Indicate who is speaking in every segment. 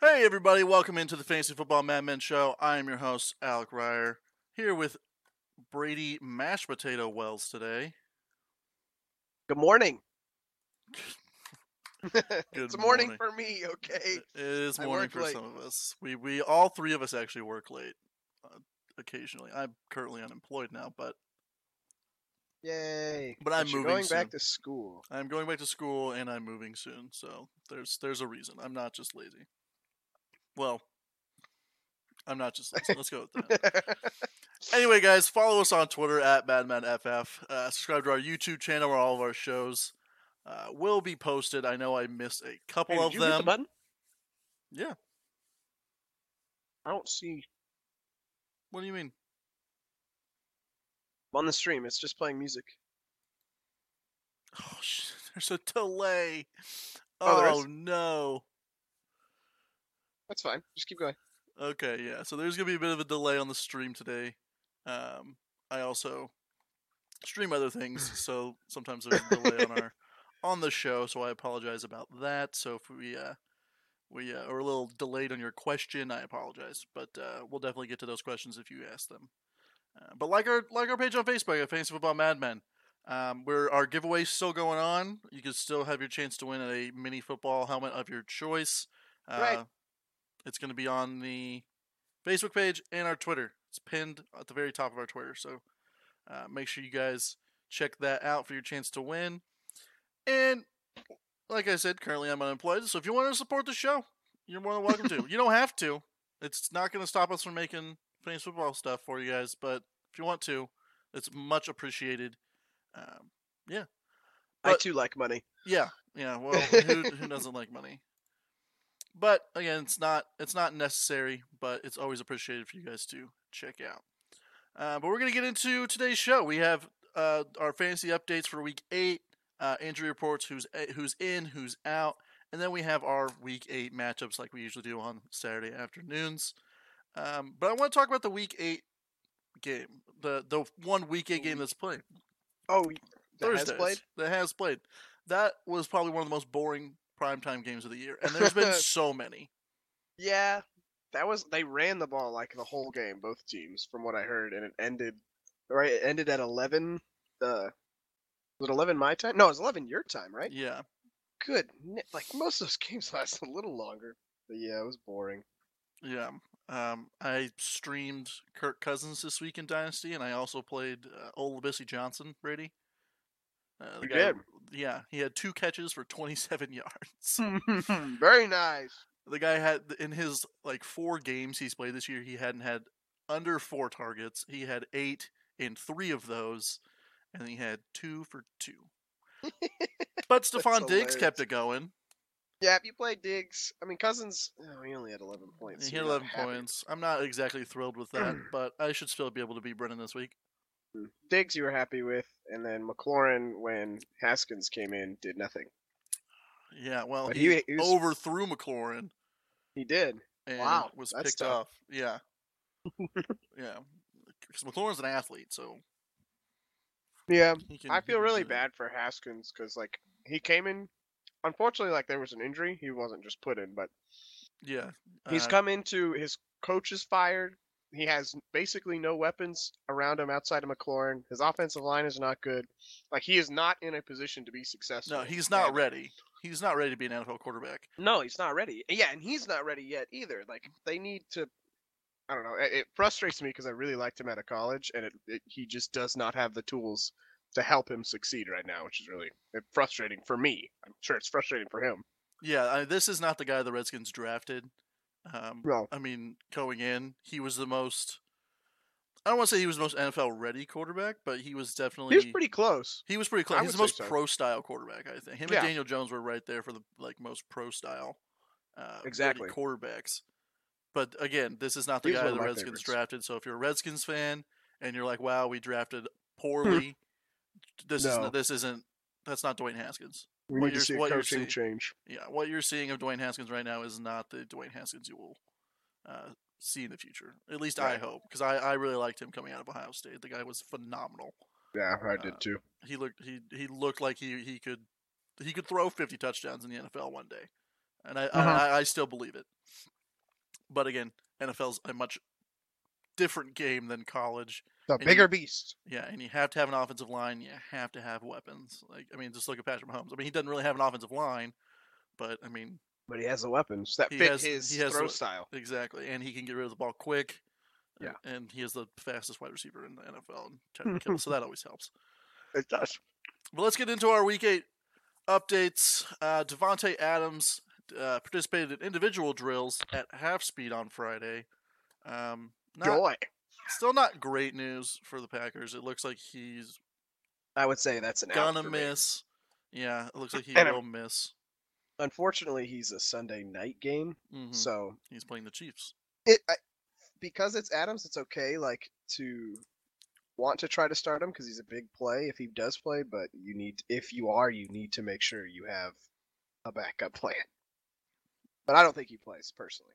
Speaker 1: Hey, everybody, welcome into the Fantasy Football Mad Men Show. I am your host, Alec Ryer, here with Brady Mashed Potato Wells today.
Speaker 2: Good morning.
Speaker 1: Good
Speaker 2: it's morning, for me, okay?
Speaker 1: It is
Speaker 2: I
Speaker 1: morning
Speaker 2: work
Speaker 1: for
Speaker 2: late.
Speaker 1: some of us. We, we all three of us actually work late uh, occasionally. I'm currently unemployed now, but
Speaker 2: Yay.
Speaker 1: But I'm
Speaker 2: you're
Speaker 1: moving
Speaker 2: going
Speaker 1: soon.
Speaker 2: back to school.
Speaker 1: I'm going back to school and I'm moving soon, so there's there's a reason. I'm not just lazy. Well, I'm not just lazy. Let's go with that. Anyway, guys, follow us on Twitter at MadmanFF. Uh, subscribe to our YouTube channel where all of our shows uh, will be posted. I know I missed a couple
Speaker 2: Hey,
Speaker 1: of
Speaker 2: did you hit the
Speaker 1: them.
Speaker 2: button?
Speaker 1: yeah.
Speaker 2: I don't see
Speaker 1: What do you mean?
Speaker 2: on the stream. It's just playing music.
Speaker 1: Oh, shit, there's a delay.
Speaker 2: Oh, there
Speaker 1: Oh,
Speaker 2: is?
Speaker 1: no.
Speaker 2: That's fine. Just keep going.
Speaker 1: Okay, yeah. So there's gonna be a bit of a delay on the stream today. Um, I also stream other things, so sometimes there's a delay on our on the show. So I apologize about that. So if we uh, we uh, are a little delayed on your question, I apologize. But uh, we'll definitely get to those questions if you ask them. Uh, but like our like our page on Facebook at Fantasy Football Mad Men. Um, where our giveaway's still going on. You can still have your chance to win a mini football helmet of your choice. Uh,
Speaker 2: Right.
Speaker 1: It's going to be on the Facebook page and our Twitter. It's pinned at the very top of our Twitter. So uh, make sure you guys check that out for your chance to win. And like I said, currently I'm unemployed. So if you want to support the show, you're more than welcome to. You don't have to. It's not going to stop us from making fantasy football stuff for you guys. But if you want to, it's much appreciated. Um,
Speaker 2: I
Speaker 1: But-
Speaker 2: too like money.
Speaker 1: yeah, yeah. Well, who, who doesn't like money? But again, it's not it's not necessary, but it's always appreciated for you guys to check out. Uh, but we're gonna get into today's show. We have uh, our fantasy updates for week eight, uh, injury reports, who's a- who's in, who's out, and then we have our week eight matchups like we usually do on Saturday afternoons. Um, but I want to talk about the week eight game, the the one week eight game that's playing.
Speaker 2: Oh, y- that has
Speaker 1: Thursdays
Speaker 2: played?
Speaker 1: That has played. That was probably one of the most boring primetime games of the year, and there's been so many.
Speaker 2: Yeah. That was they ran the ball like the whole game, both teams, from what I heard, and it ended right. It ended at eleven. Uh, was it eleven my time? No, it was eleven your time, right?
Speaker 1: Yeah,
Speaker 2: Good. ni- Like most of those games last a little longer. But yeah, it was boring.
Speaker 1: yeah. Um, I streamed Kirk Cousins this week in Dynasty, and I also played uh, Olabisi Johnson, Brady. Uh, the
Speaker 2: You
Speaker 1: guy- Yeah, he had two catches for 27 yards.
Speaker 2: Very nice.
Speaker 1: the guy had in his like four games he's played this year he hadn't had under four targets he had eight in three of those and he had two for two but stefan diggs
Speaker 2: hilarious.
Speaker 1: kept it going
Speaker 2: Yeah, if you play Diggs, I mean Cousins, oh, he only had 11 points.
Speaker 1: he
Speaker 2: so
Speaker 1: had
Speaker 2: you're not
Speaker 1: 11
Speaker 2: happy.
Speaker 1: points i'm not exactly thrilled with that but i should still be able to beat brennan this week
Speaker 2: Diggs, you were happy with, and then McLaurin, when Haskins came in, did nothing.
Speaker 1: yeah well
Speaker 2: But
Speaker 1: he,
Speaker 2: he- he was-
Speaker 1: overthrew mclaurin
Speaker 2: He did.
Speaker 1: and
Speaker 2: Wow,
Speaker 1: was
Speaker 2: that's
Speaker 1: picked
Speaker 2: tough.
Speaker 1: off yeah yeah because mclaurin's an athlete so
Speaker 2: Yeah,
Speaker 1: he can
Speaker 2: I
Speaker 1: he
Speaker 2: feel
Speaker 1: can
Speaker 2: really
Speaker 1: do that.
Speaker 2: bad for Haskins because like he came in. Unfortunately, like there was an injury, he wasn't just put in, but
Speaker 1: yeah
Speaker 2: he's
Speaker 1: uh,
Speaker 2: come into his coach is fired. He has basically no weapons around him outside of McLaurin. His offensive line is not good. Like he is not in a position to be successful.
Speaker 1: No, he's not
Speaker 2: and-
Speaker 1: ready. He's not ready to be an NFL quarterback.
Speaker 2: No, he's not ready. Yeah, and he's not ready yet either. Like they need to. I don't know. It, it frustrates me because I really liked him out of college, and it, it, he just does not have the tools to help him succeed right now, which is really eh, frustrating for me. I'm sure it's frustrating for him.
Speaker 1: Yeah, I, this is not the guy the Redskins drafted. Um,
Speaker 2: No.
Speaker 1: I mean, going in, he was the most. I don't want to say he was the most NFL ready quarterback, but he was definitely
Speaker 2: He was pretty close.
Speaker 1: he was pretty close.
Speaker 2: I
Speaker 1: He's
Speaker 2: would
Speaker 1: the
Speaker 2: say
Speaker 1: most
Speaker 2: so.
Speaker 1: pro style quarterback, I think. Him
Speaker 2: Yeah.
Speaker 1: and Daniel Jones were right there for the like most pro style uh, ready
Speaker 2: Exactly.
Speaker 1: quarterbacks. But again, this is not the
Speaker 2: He was
Speaker 1: guy
Speaker 2: one of
Speaker 1: the
Speaker 2: my
Speaker 1: Redskins
Speaker 2: favorites.
Speaker 1: drafted. So if you're a Redskins fan and you're like, "Wow, we drafted poorly," this
Speaker 2: Hmm. No.
Speaker 1: isn't this isn't that's not Dwayne Haskins.
Speaker 2: We
Speaker 1: What
Speaker 2: need to
Speaker 1: you're-
Speaker 2: see a
Speaker 1: what you're
Speaker 2: coaching
Speaker 1: see-
Speaker 2: change.
Speaker 1: Yeah, what you're seeing of Dwayne Haskins right now is not the Dwayne Haskins you will uh, see in the future. At least I
Speaker 2: Right.
Speaker 1: hope, because I, I really liked him coming out of Ohio State. The guy was phenomenal.
Speaker 2: Yeah, I
Speaker 1: Uh,
Speaker 2: did too.
Speaker 1: He looked he he looked like he he could he could throw 50 touchdowns in the NFL one day. and I,
Speaker 2: Uh-huh.
Speaker 1: I, I I still believe it. But again, NFL's a much different game than college.
Speaker 2: The
Speaker 1: And
Speaker 2: bigger
Speaker 1: you-
Speaker 2: beast.
Speaker 1: Yeah, and you have to have an offensive line. You have to have weapons. Like I mean, just look at Patrick Mahomes. I mean, he doesn't really have an offensive line, but I mean,
Speaker 2: But he has the weapons that
Speaker 1: He
Speaker 2: fit
Speaker 1: has-
Speaker 2: his
Speaker 1: he has
Speaker 2: throw
Speaker 1: the-
Speaker 2: style.
Speaker 1: Exactly, and he can get rid of the ball quick.
Speaker 2: Yeah.
Speaker 1: a- and he is the fastest wide receiver in the NFL, and Tyreek Hill, so that always helps.
Speaker 2: It does.
Speaker 1: But let's get into our Week Eight updates. Uh, Devonte Adams uh, participated in individual drills at half speed on Friday. Um, not,
Speaker 2: Joy.
Speaker 1: still not great news for the Packers. It looks like he's
Speaker 2: I would say that's an out
Speaker 1: gonna
Speaker 2: for me.
Speaker 1: miss. Yeah, it looks like he
Speaker 2: And
Speaker 1: will miss.
Speaker 2: Unfortunately, he's a Sunday night game,
Speaker 1: hmm
Speaker 2: so
Speaker 1: He's playing the Chiefs.
Speaker 2: it I, because it's Adams, it's okay like to want to try to start him because he's a big play if he does play, but you need if you are, you need to make sure you have a backup plan. But I don't think he plays personally.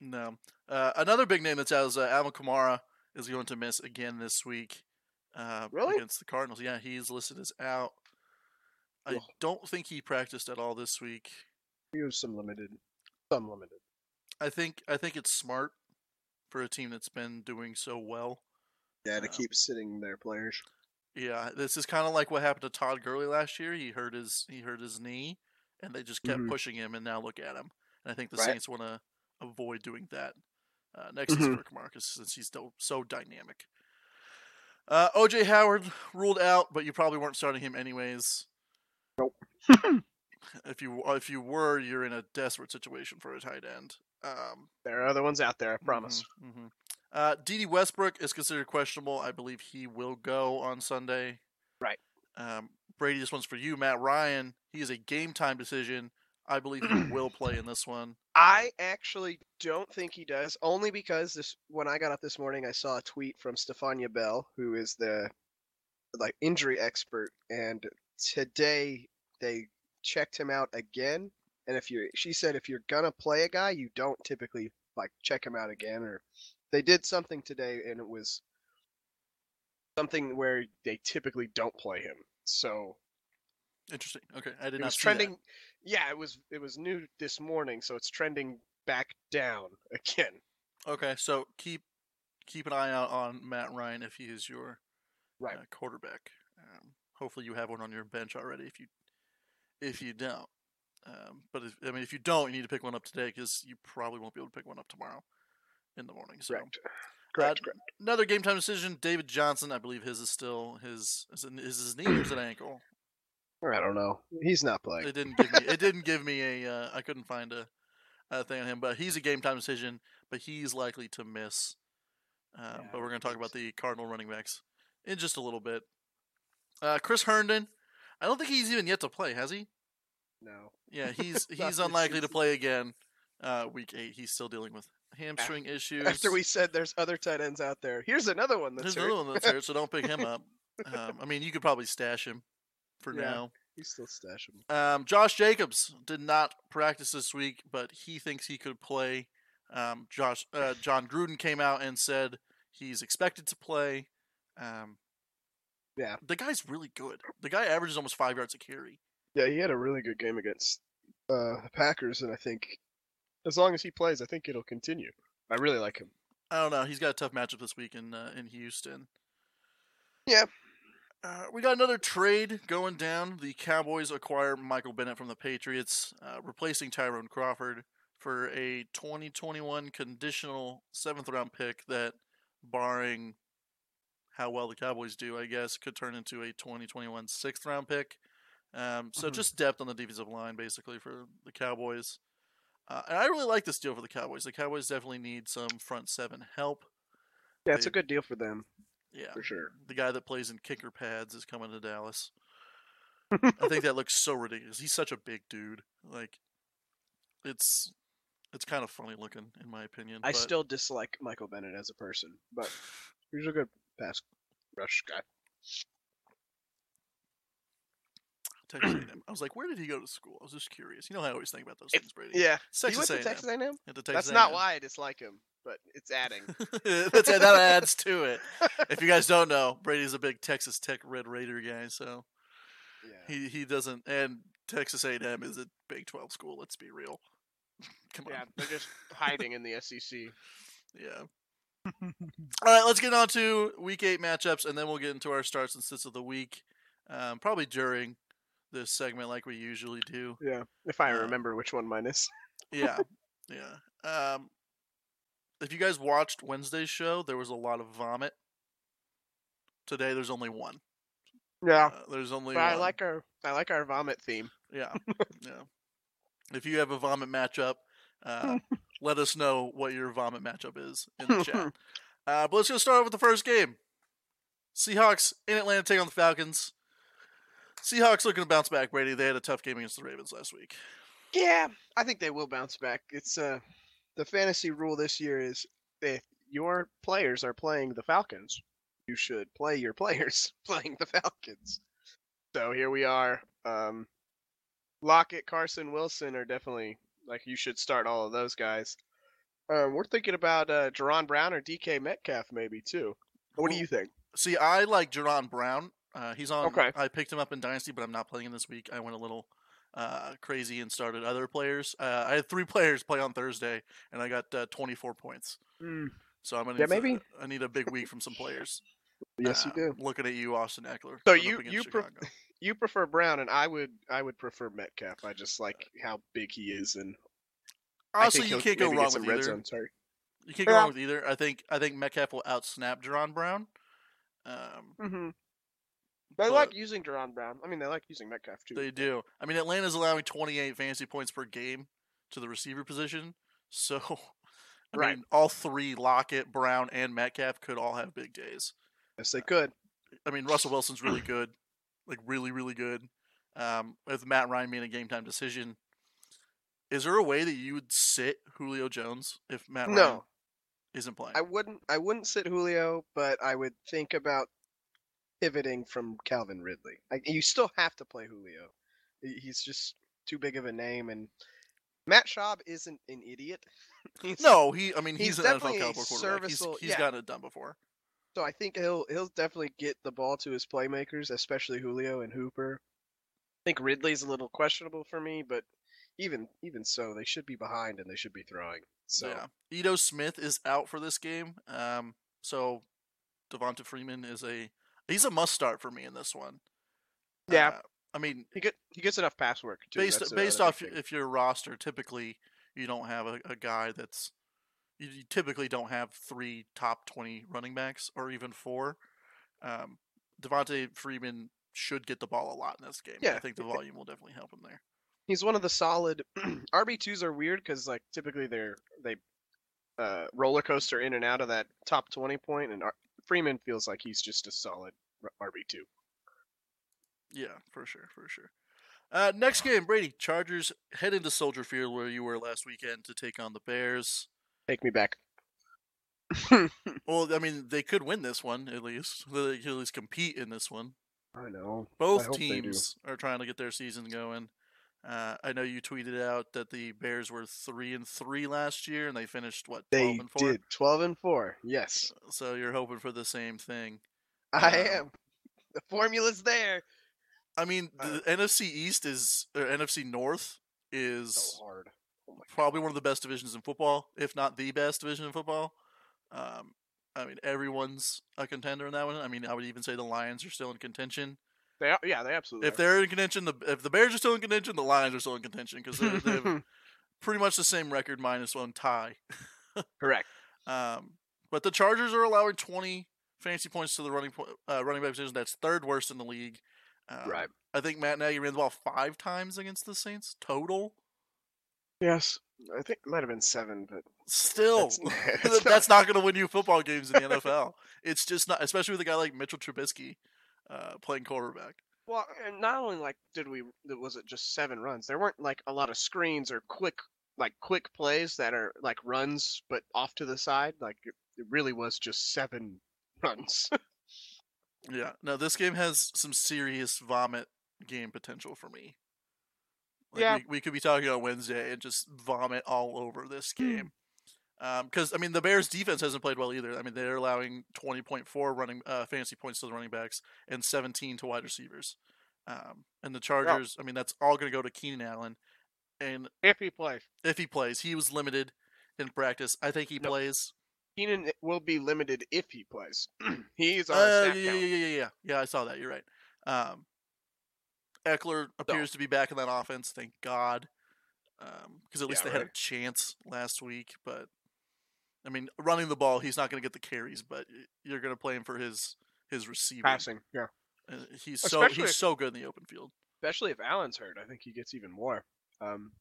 Speaker 1: No. Uh, another big name that's out is uh, Alvin Kamara is going to miss again this week. Uh,
Speaker 2: Really?
Speaker 1: Against the Cardinals. Yeah, he's listed as out. I
Speaker 2: Ugh.
Speaker 1: don't think he practiced at all this week.
Speaker 2: He was some limited, some limited.
Speaker 1: I think I think it's smart for a team that's been doing so well.
Speaker 2: Yeah, to
Speaker 1: Yeah.
Speaker 2: keep sitting their players.
Speaker 1: Yeah, this is kind of like what happened to Todd Gurley last year. He hurt his he hurt his knee, and they just kept
Speaker 2: Mhm.
Speaker 1: pushing him, and now look at him. And I think the
Speaker 2: Right.
Speaker 1: Saints want to avoid doing that uh, next season for Marcus since he's so, so dynamic. Uh, OJ Howard ruled out, but you probably weren't starting him anyways.
Speaker 2: Nope.
Speaker 1: if you if you were, you're in a desperate situation for a tight end. Um,
Speaker 2: There are other ones out there, I promise.
Speaker 1: Mhm, mhm. Uh, D.D. Westbrook is considered questionable. I believe he will go on Sunday.
Speaker 2: Right.
Speaker 1: Um, Brady, this one's for you, Matt Ryan. He is a game time decision. I believe he will play in this one.
Speaker 2: I actually don't think he does, only because this when I got up this morning, I saw a tweet from Stefania Bell, who is the like injury expert, and today they checked him out again. And if you, she said, if you're gonna play a guy, you don't typically like check him out again, or they did something today, and it was something where they typically don't play him. So
Speaker 1: Interesting. Okay, I did
Speaker 2: it
Speaker 1: not
Speaker 2: was
Speaker 1: see that.
Speaker 2: trending yeah it was it was new this morning so it's trending back down again
Speaker 1: Okay, so keep keep an eye out on Matt Ryan if he is your
Speaker 2: right
Speaker 1: uh, quarterback. Um, hopefully, you have one on your bench already. If you if you don't, um, but if, I mean, if you don't, you need to pick one up today because you probably won't be able to pick one up tomorrow in the morning. So.
Speaker 2: correct correct, correct
Speaker 1: another game time decision. David Johnson, I believe his is still his is, it- is his knee or is it ankle?
Speaker 2: i don't know he's not playing
Speaker 1: It didn't give me it didn't give me a uh, I couldn't find a, a thing on him, but he's a game time decision, but he's likely to miss. Um,
Speaker 2: Yeah,
Speaker 1: but we're going to talk about
Speaker 2: he's-
Speaker 1: the Cardinal running backs in just a little bit. Uh, Chris Herndon, I don't think he's even yet to play, has he?
Speaker 2: no
Speaker 1: Yeah, he's he's
Speaker 2: Not this
Speaker 1: unlikely to
Speaker 2: season.
Speaker 1: play again. Uh, week eight, he's still dealing with hamstring issues.
Speaker 2: after we said there's other tight ends out there here's another one that's
Speaker 1: There's
Speaker 2: hurt.
Speaker 1: another one that's hurt, so don't pick him up. Um, I mean, you could probably stash him for
Speaker 2: Yeah.
Speaker 1: now.
Speaker 2: he's still stashing
Speaker 1: Um, Josh Jacobs did not practice this week, but he thinks he could play. Um, Josh uh, John Gruden came out and said he's expected to play. Um,
Speaker 2: Yeah.
Speaker 1: the guy's really good. The guy averages almost five yards a carry.
Speaker 2: yeah he had a really good game against uh the packers and i think as long as he plays i think it'll continue i really like him
Speaker 1: I don't know. He's got a tough matchup this week in uh, in Houston.
Speaker 2: Yeah.
Speaker 1: Uh, we got another trade going down. The Cowboys acquire Michael Bennett from the Patriots, uh, replacing Tyrone Crawford for a 2021 conditional seventh round pick that, barring how well the Cowboys do, I guess, could turn into a 2021 sixth round pick. Um, so
Speaker 2: Mhm.
Speaker 1: just depth on the defensive line, basically, for the Cowboys. Uh, and I really like this deal for the Cowboys. The Cowboys definitely need some front seven help.
Speaker 2: yeah it's a
Speaker 1: Dude.
Speaker 2: good deal for them
Speaker 1: Yeah.
Speaker 2: for sure
Speaker 1: The guy that plays in kicker pads is coming to Dallas. I think that looks so ridiculous. He's such a big dude. Like it's it's kind of funny looking in my opinion.
Speaker 2: i
Speaker 1: but
Speaker 2: still dislike michael bennett as a person but he's a good pass rush guy
Speaker 1: Texas A&M. I was like, where did he go to school? I was just curious. You know how I always think about those
Speaker 2: If-
Speaker 1: things, Brady.
Speaker 2: yeah
Speaker 1: Texas
Speaker 2: he went to
Speaker 1: A&M.
Speaker 2: Texas A&M.
Speaker 1: Had to
Speaker 2: That's
Speaker 1: Texas
Speaker 2: not
Speaker 1: A&M.
Speaker 2: why I dislike him, but it's adding.
Speaker 1: That's it. That adds to it. If you guys don't know, Brady's a big Texas Tech Red Raider guy, so
Speaker 2: yeah.
Speaker 1: He he doesn't. And Texas A&M is a Big Twelve school. Let's be real. Come on.
Speaker 2: Yeah, they're just hiding in the E SEC.
Speaker 1: Yeah. All right, let's get on to week eight matchups, and then we'll get into our starts and sits of the week, um, probably during this segment, like we usually do.
Speaker 2: Yeah, if I
Speaker 1: Uh,
Speaker 2: remember which one mine is.
Speaker 1: Yeah, yeah. Um, if you guys watched Wednesday's show, there was a lot of vomit. Today, there's only one.
Speaker 2: Yeah,
Speaker 1: Uh, there's only.
Speaker 2: but I
Speaker 1: one.
Speaker 2: like our I like our vomit theme.
Speaker 1: Yeah, yeah. If you have a vomit matchup, uh, let us know what your vomit matchup is in the chat. Uh, but let's just start with the first game. Seahawks in Atlanta take on the Falcons. Seahawks looking to bounce back, Brady. They had a tough game against the Ravens last week.
Speaker 2: Yeah, I think they will bounce back. It's uh, the fantasy rule this year is if your players are playing the Falcons, you should play your players playing the Falcons. So here we are. Um, Lockett, Carson, Wilson are definitely like you should start all of those guys. Uh, we're thinking about uh, Jerron Brown or DK Metcalf maybe too. What do
Speaker 1: Ooh.
Speaker 2: you think?
Speaker 1: See, I like Jerron Brown. Uh, he's on.
Speaker 2: Okay.
Speaker 1: I picked him up in Dynasty, but I'm not playing him this week. I went a little uh, crazy and started other players. Uh, I had three players play on Thursday, and I got uh, 24 points. So I'm gonna
Speaker 2: Yeah,
Speaker 1: need to-
Speaker 2: maybe.
Speaker 1: I need a big week from some players.
Speaker 2: Yes,
Speaker 1: Uh,
Speaker 2: you do.
Speaker 1: Looking at you, Austin Eckler.
Speaker 2: So
Speaker 1: going up
Speaker 2: you-
Speaker 1: against
Speaker 2: you pref-
Speaker 1: Chicago.
Speaker 2: You prefer Brown, and I would I would prefer Metcalf. I just like how big he is, and I
Speaker 1: honestly
Speaker 2: think
Speaker 1: you
Speaker 2: he'll
Speaker 1: can't go
Speaker 2: maybe get
Speaker 1: wrong
Speaker 2: some
Speaker 1: with
Speaker 2: red
Speaker 1: either.
Speaker 2: zone target.
Speaker 1: You can't go
Speaker 2: Yeah.
Speaker 1: wrong with either. I think I think Metcalf will outsnap Jerron Brown. Um,
Speaker 2: Mm-hmm. They
Speaker 1: But-
Speaker 2: like using Deron Brown. I mean, they like using Metcalf too.
Speaker 1: they do. I mean, Atlanta's allowing 28 fantasy points per game to the receiver position. So, I
Speaker 2: Right.
Speaker 1: mean, all three Lockett, Brown, and Metcalf could all have big days.
Speaker 2: yes, they could.
Speaker 1: I mean, Russell Wilson's really good, like really, really good. Um, with Matt Ryan being a game time decision, is there a way that you would sit Julio Jones if Matt Ryan
Speaker 2: No,
Speaker 1: isn't playing?
Speaker 2: I wouldn't. I wouldn't sit Julio, but I would think about pivoting from Calvin Ridley. I, you still have to play Julio. He- He's just too big of a name, and Matt Schaub isn't an idiot. He's-
Speaker 1: no, he. I mean, he's,
Speaker 2: he's
Speaker 1: an NFL
Speaker 2: definitely a
Speaker 1: caliber quarterback. He's,
Speaker 2: serviceable-
Speaker 1: he's
Speaker 2: yeah.
Speaker 1: gotten it done before.
Speaker 2: So I think he'll he'll definitely get the ball to his playmakers, especially Julio and Hooper. I think Ridley's a little questionable for me, but even even so, they should be behind and they should be throwing. So
Speaker 1: yeah, Edo Smith is out for this game. Um, so Devonta Freeman is a he's a must start for me in this one.
Speaker 2: Yeah.
Speaker 1: Uh, I mean,
Speaker 2: he get he gets enough pass work too.
Speaker 1: based uh,
Speaker 2: that's another
Speaker 1: based
Speaker 2: big
Speaker 1: off
Speaker 2: thing.
Speaker 1: if your roster, typically you don't have a, a guy that's you, you typically don't have three top twenty running backs or even four. Um, Devontae Freeman should get the ball a lot in this game. I
Speaker 2: Yeah.
Speaker 1: think the volume will definitely help him there.
Speaker 2: he's one of the solid RB twos are weird because like typically they're they uh, roller coaster in and out of that top twenty point, and R- Freeman feels like he's just a solid RB two.
Speaker 1: Yeah, for sure, for sure. Uh, next game, Brady Chargers head into Soldier Field where you were last weekend to take on the Bears.
Speaker 2: Take me back.
Speaker 1: Well, I mean, they could win this one at least. They could at least compete in this one.
Speaker 2: I know.
Speaker 1: both
Speaker 2: hope they do.
Speaker 1: teams are trying to get their season going. Uh, I know you tweeted out that the Bears were three and three last year, and they finished what twelve
Speaker 2: They
Speaker 1: and four.
Speaker 2: did twelve and four. Yes.
Speaker 1: So you're hoping for the same thing.
Speaker 2: I
Speaker 1: Yeah.
Speaker 2: am. The formula's there.
Speaker 1: I mean,
Speaker 2: Uh,
Speaker 1: the NFC East is or NFC North is
Speaker 2: hard. Oh my
Speaker 1: probably one of the best divisions in football, if not the best division in football. Um, I mean, everyone's a contender in that one. I mean, I would even say the Lions are still in contention.
Speaker 2: They are, yeah, they absolutely.
Speaker 1: If they're in contention, the if the Bears are still in contention, the Lions are still in contention because they
Speaker 2: are.
Speaker 1: have pretty much the same record minus one tie.
Speaker 2: correct.
Speaker 1: Um, but the Chargers are allowing 20 fantasy points to the running po- uh, running back position. That's third worst in the league. Um,
Speaker 2: Right.
Speaker 1: I think Matt Nagy ran the ball five times against the Saints total.
Speaker 2: Yes. I think it might have been seven, but
Speaker 1: Still,
Speaker 2: that's,
Speaker 1: that's,
Speaker 2: that's
Speaker 1: not
Speaker 2: not-
Speaker 1: going to win you football games in the NFL. It's just not, especially with a guy like Mitchell Trubisky uh, playing quarterback.
Speaker 2: Well, and not only like did we was it just seven runs? There weren't like a lot of screens or quick like quick plays that are like runs but off to the side. Like it, it really was just seven runs.
Speaker 1: Yeah. No, this game has some serious vomit game potential for me. Like
Speaker 2: Yeah.
Speaker 1: we, we could be talking on Wednesday and just vomit all over this game. Because I mean, the Bears' defense hasn't played well either. I mean, they're allowing twenty point four running uh, fantasy points to the running backs and seventeen to wide receivers. Um, and the Chargers, I mean, that's all going to go to Keenan Allen and
Speaker 2: If he plays,
Speaker 1: if he plays, he was limited in practice. I think he
Speaker 2: No.
Speaker 1: plays.
Speaker 2: Keenan will be limited if he plays. He's on a
Speaker 1: Uh,
Speaker 2: snap
Speaker 1: yeah, yeah,
Speaker 2: count.
Speaker 1: yeah, yeah, yeah. Yeah, I saw that. You're right. Um, Eckler appears to be back in that offense. Thank God, because at least
Speaker 2: Yeah,
Speaker 1: they had a
Speaker 2: right.
Speaker 1: chance last week. But I mean, running the ball, he's not going to get the carries, but y- you're going to play him for his his receiving.
Speaker 2: Passing, yeah.
Speaker 1: Uh, He's so
Speaker 2: Especially
Speaker 1: he's
Speaker 2: if-
Speaker 1: so good in the open field.
Speaker 2: Especially if Allen's hurt, I think he gets even more. Um,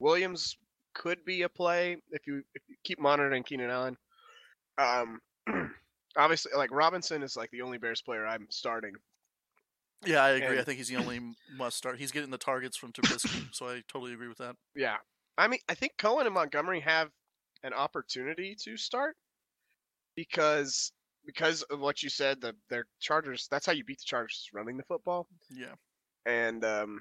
Speaker 2: Williams could be a play if you, if you keep monitoring Keenan Allen. Um, obviously, like Robinson is like the only Bears player I'm starting.
Speaker 1: Yeah, I agree. I
Speaker 2: And-
Speaker 1: think he's the only must start. He's getting the targets from Trubisky, so I totally agree with that.
Speaker 2: Yeah, I mean, I think Cohen and Montgomery have an opportunity to start because because of what you said, the their Chargers. That's how you beat the Chargers is running the football.
Speaker 1: Yeah,
Speaker 2: And um,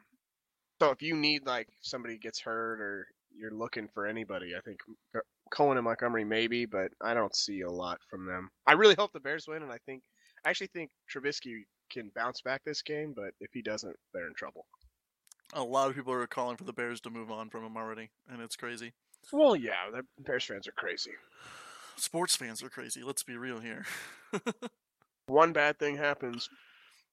Speaker 2: so if you need like somebody gets hurt or you're looking for anybody, I think Co- Cohen and Montgomery maybe, but I don't see a lot from them. I really hope the Bears win, and I think I actually think Trubisky can bounce back this game, but if he doesn't, they're in trouble.
Speaker 1: a lot of people are calling for the Bears to move on from him already, and it's crazy.
Speaker 2: Well, yeah, the Bears fans are crazy.
Speaker 1: sports fans are crazy. Let's be real here.
Speaker 2: One bad thing happens.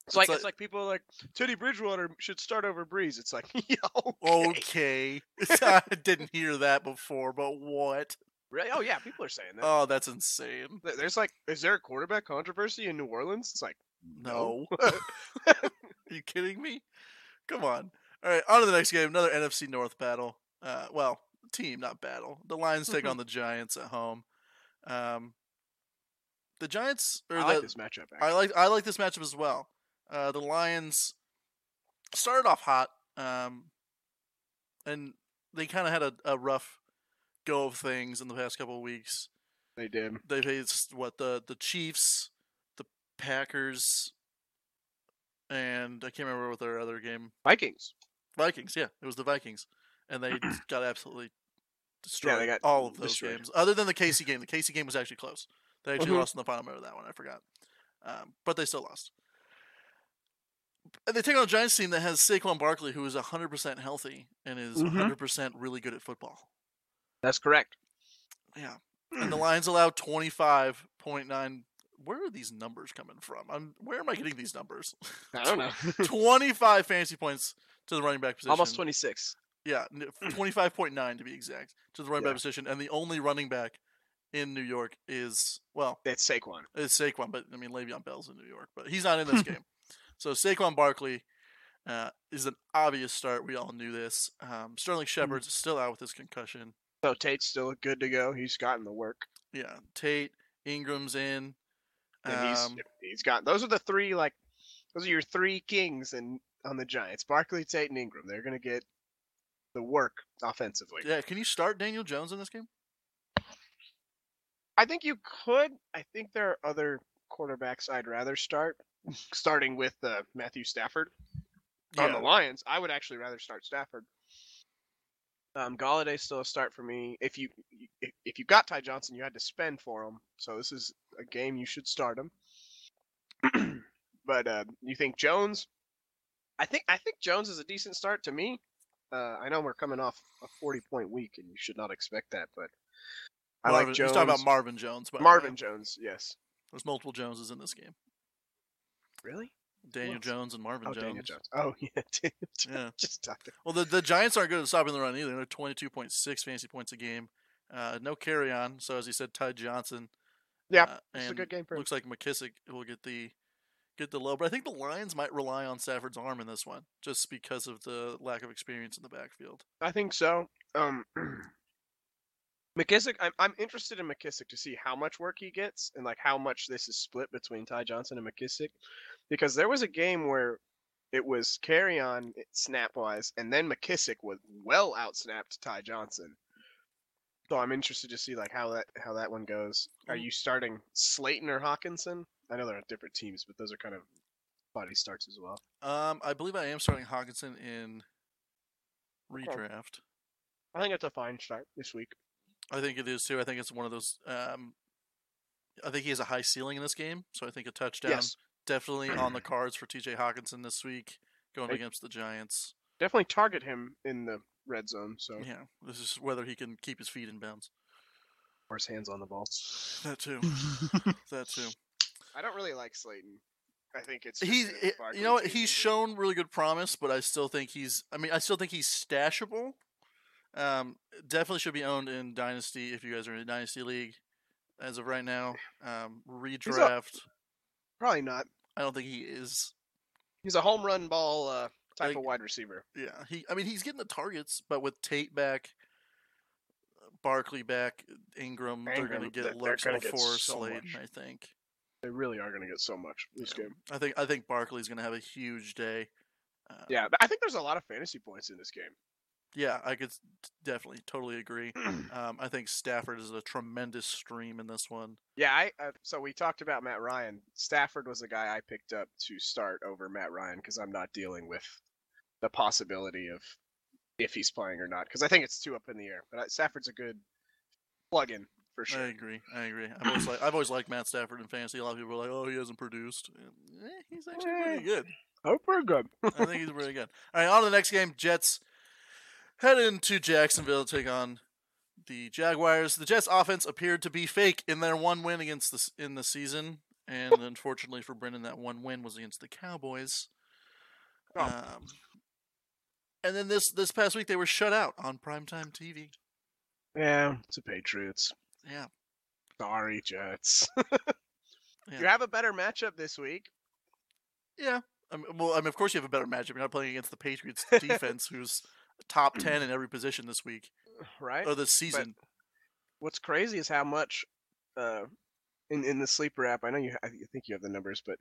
Speaker 2: It's, like,
Speaker 1: like-
Speaker 2: it's like people are like Teddy Bridgewater should start over Breeze. It's like yo, okay.
Speaker 1: Okay, I didn't hear that before, but what?
Speaker 2: Really? Oh yeah, people are saying that.
Speaker 1: Oh, that's insane.
Speaker 2: There- There's like, is there a quarterback controversy in New Orleans? It's like
Speaker 1: No, are you kidding me? Come on. All right, on to the next game. Another NFC North battle. Uh, well, team, not battle. The Lions
Speaker 2: Mm-hmm.
Speaker 1: take on the Giants at home. Um, the Giants or
Speaker 2: I
Speaker 1: the
Speaker 2: like this matchup. Actually.
Speaker 1: I like I like this matchup as well. Uh, the Lions started off hot, um, and they kind of had a, a rough go of things in the past couple of weeks.
Speaker 2: They did.
Speaker 1: They faced what the the Chiefs, the Packers, and I can't remember what their other game.
Speaker 2: Vikings.
Speaker 1: Vikings, yeah, it was the Vikings, and they got absolutely destroyed.
Speaker 2: got
Speaker 1: all of those
Speaker 2: destroyed.
Speaker 1: games, other than the Casey game. The Casey game was actually close. They actually
Speaker 2: Mhm.
Speaker 1: lost in the final minute of that one. I forgot, um, but they still lost. And they take on a Giants team that has Saquon Barkley, who is 100% healthy and is
Speaker 2: Mhm.
Speaker 1: 100% really good at football.
Speaker 2: That's correct. Hmm.
Speaker 1: Yeah, and the Lions allow 25.9. Where are these numbers coming from? I'm where am I getting these numbers?
Speaker 2: I don't know.
Speaker 1: 25 fantasy points to the running back position.
Speaker 2: Almost 26.
Speaker 1: Yeah, twenty five point nine to be exact to the running
Speaker 2: Yeah.
Speaker 1: back position, and the only running back in New York is well,
Speaker 2: That's Saquon.
Speaker 1: it's Saquon, but I mean Le'Veon Bell's in New York, but he's not in this game. So Saquon Barkley uh, is an obvious start. We all knew this. Um, Sterling
Speaker 2: Hmm.
Speaker 1: Shepard's still out with his concussion.
Speaker 2: So Tate's still good to go. He's gotten the work.
Speaker 1: Yeah, Tate Ingram's in.
Speaker 2: And he's,
Speaker 1: Um,
Speaker 2: he's got those are the three like those are your three kings and on the Giants. Barkley, Tate, and Ingram. They're gonna get the work offensively.
Speaker 1: yeah, can you start Daniel Jones in this game?
Speaker 2: I think you could. I think there are other quarterbacks I'd rather start. Starting with uh, Matthew Stafford on the Lions, I would actually rather start Stafford. Um, Galladay's still a start for me. If you if, if you got Ty Johnson, you had to spend for him, so this is a game you should start him. but uh, you think Jones? I think I think Jones is a decent start to me. Uh, I know we're coming off a forty point week, and you should not expect that, but I
Speaker 1: Marvin,
Speaker 2: like Jones.
Speaker 1: He's talking about Marvin Jones, but
Speaker 2: Marvin Jones, yes.
Speaker 1: There's multiple Joneses in this game.
Speaker 2: Really?
Speaker 1: Daniel
Speaker 2: else?
Speaker 1: Jones and Marvin
Speaker 2: Oh,
Speaker 1: Jones.
Speaker 2: Daniel Jones. Oh yeah, Daniel Jones.
Speaker 1: Yeah.
Speaker 2: Just talking.
Speaker 1: Well, the, the Giants aren't good at stopping the run either. They're twenty two point six fantasy points a game. Uh, no carry on. So as you said, Ty Johnson.
Speaker 2: Yeah,
Speaker 1: uh,
Speaker 2: It's a
Speaker 1: and
Speaker 2: good game for him.
Speaker 1: looks like McKissick will get the get the low. But I think the Lions might rely on Stafford's arm in this one, just because of the lack of experience in the backfield.
Speaker 2: I think so. Um, McKissick, I'm, I'm interested in McKissick to see how much work he gets and like how much this is split between Ty Johnson and McKissick, because there was a game where it was carry on eh, snap wise, and then McKissick was well out snapped Ty Johnson. So I'm interested to see like how that how that one goes. Are
Speaker 1: Mm.
Speaker 2: you starting Slayton or Hawkinson? I know they're on different teams, but those are kind of body starts as well.
Speaker 1: Um, I believe I am starting Hawkinson in redraft.
Speaker 2: I think it's a fine start this week.
Speaker 1: I think it is too. I think it's one of those. Um, I think he has a high ceiling in this game, so I think a touchdown
Speaker 2: Yes.
Speaker 1: definitely on the cards for T.J. Hawkinson this week going
Speaker 2: Hey.
Speaker 1: against the Giants.
Speaker 2: definitely target him in the red zone, so
Speaker 1: Yeah, this is whether he can keep his feet in bounds.
Speaker 2: or his hands on the ball.
Speaker 1: That too. That too.
Speaker 2: I don't really like Slayton. I think it's just
Speaker 1: He's,
Speaker 2: that
Speaker 1: it-
Speaker 2: Barkley
Speaker 1: you know, what?
Speaker 2: takes
Speaker 1: he's
Speaker 2: over.
Speaker 1: shown really good promise, but I still think he's. I mean, I still think he's stashable. Um, definitely should be owned in Dynasty if you guys are in a Dynasty league. As of right now, um, redraft.
Speaker 2: probably not.
Speaker 1: I don't think he is.
Speaker 2: He's a home run ball uh, type
Speaker 1: Like-
Speaker 2: of wide receiver.
Speaker 1: Yeah, he. I mean, he's getting the targets, but with Tate back, Barkley back, Ingram, they're
Speaker 2: Ingram,
Speaker 1: going to
Speaker 2: they're-
Speaker 1: get
Speaker 2: they're
Speaker 1: looks
Speaker 2: gonna get
Speaker 1: before
Speaker 2: so
Speaker 1: Slayton.
Speaker 2: much.
Speaker 1: I think.
Speaker 2: They really are going to get so much this
Speaker 1: Yeah.
Speaker 2: game.
Speaker 1: I think. I think Barkley's going to have a huge day. Uh,
Speaker 2: Yeah, but I think there's a lot of fantasy points in this game.
Speaker 1: Yeah, I could s- definitely totally agree. Um, I think Stafford is a tremendous stream in this one.
Speaker 2: Yeah, I uh, so we talked about Matt Ryan. Stafford was the guy I picked up to start over Matt Ryan because I'm not dealing with the possibility of if he's playing or not because I think it's too up in the air. But I, Stafford's a good plug-in for
Speaker 1: I
Speaker 2: sure.
Speaker 1: agree. I agree. I've always, like, I've always liked Matt Stafford in fantasy. A lot of people are like, "Oh, he hasn't produced." Eh, he's actually pretty good.
Speaker 2: Oh, pretty good.
Speaker 1: I think he's pretty good. All right, on to the next game. Jets head into Jacksonville to take on the Jaguars. The Jets' offense appeared to be fake in their one win against this in the season, and unfortunately for Brendan, that one win was against the Cowboys.
Speaker 2: Oh.
Speaker 1: Um, and then this this past week they were shut out on primetime TV.
Speaker 2: Yeah, it's the Patriots.
Speaker 1: Yeah,
Speaker 2: Sorry, Jets.
Speaker 1: Yeah.
Speaker 2: You have a better matchup this week.
Speaker 1: yeah. I mean, well, I mean, of course you have a better matchup. You're not playing against the Patriots defense, who's top ten in every position this week
Speaker 2: right?
Speaker 1: or this season.
Speaker 2: What's crazy is how much, uh, in in the sleeper app. I know you. I think you have the numbers, but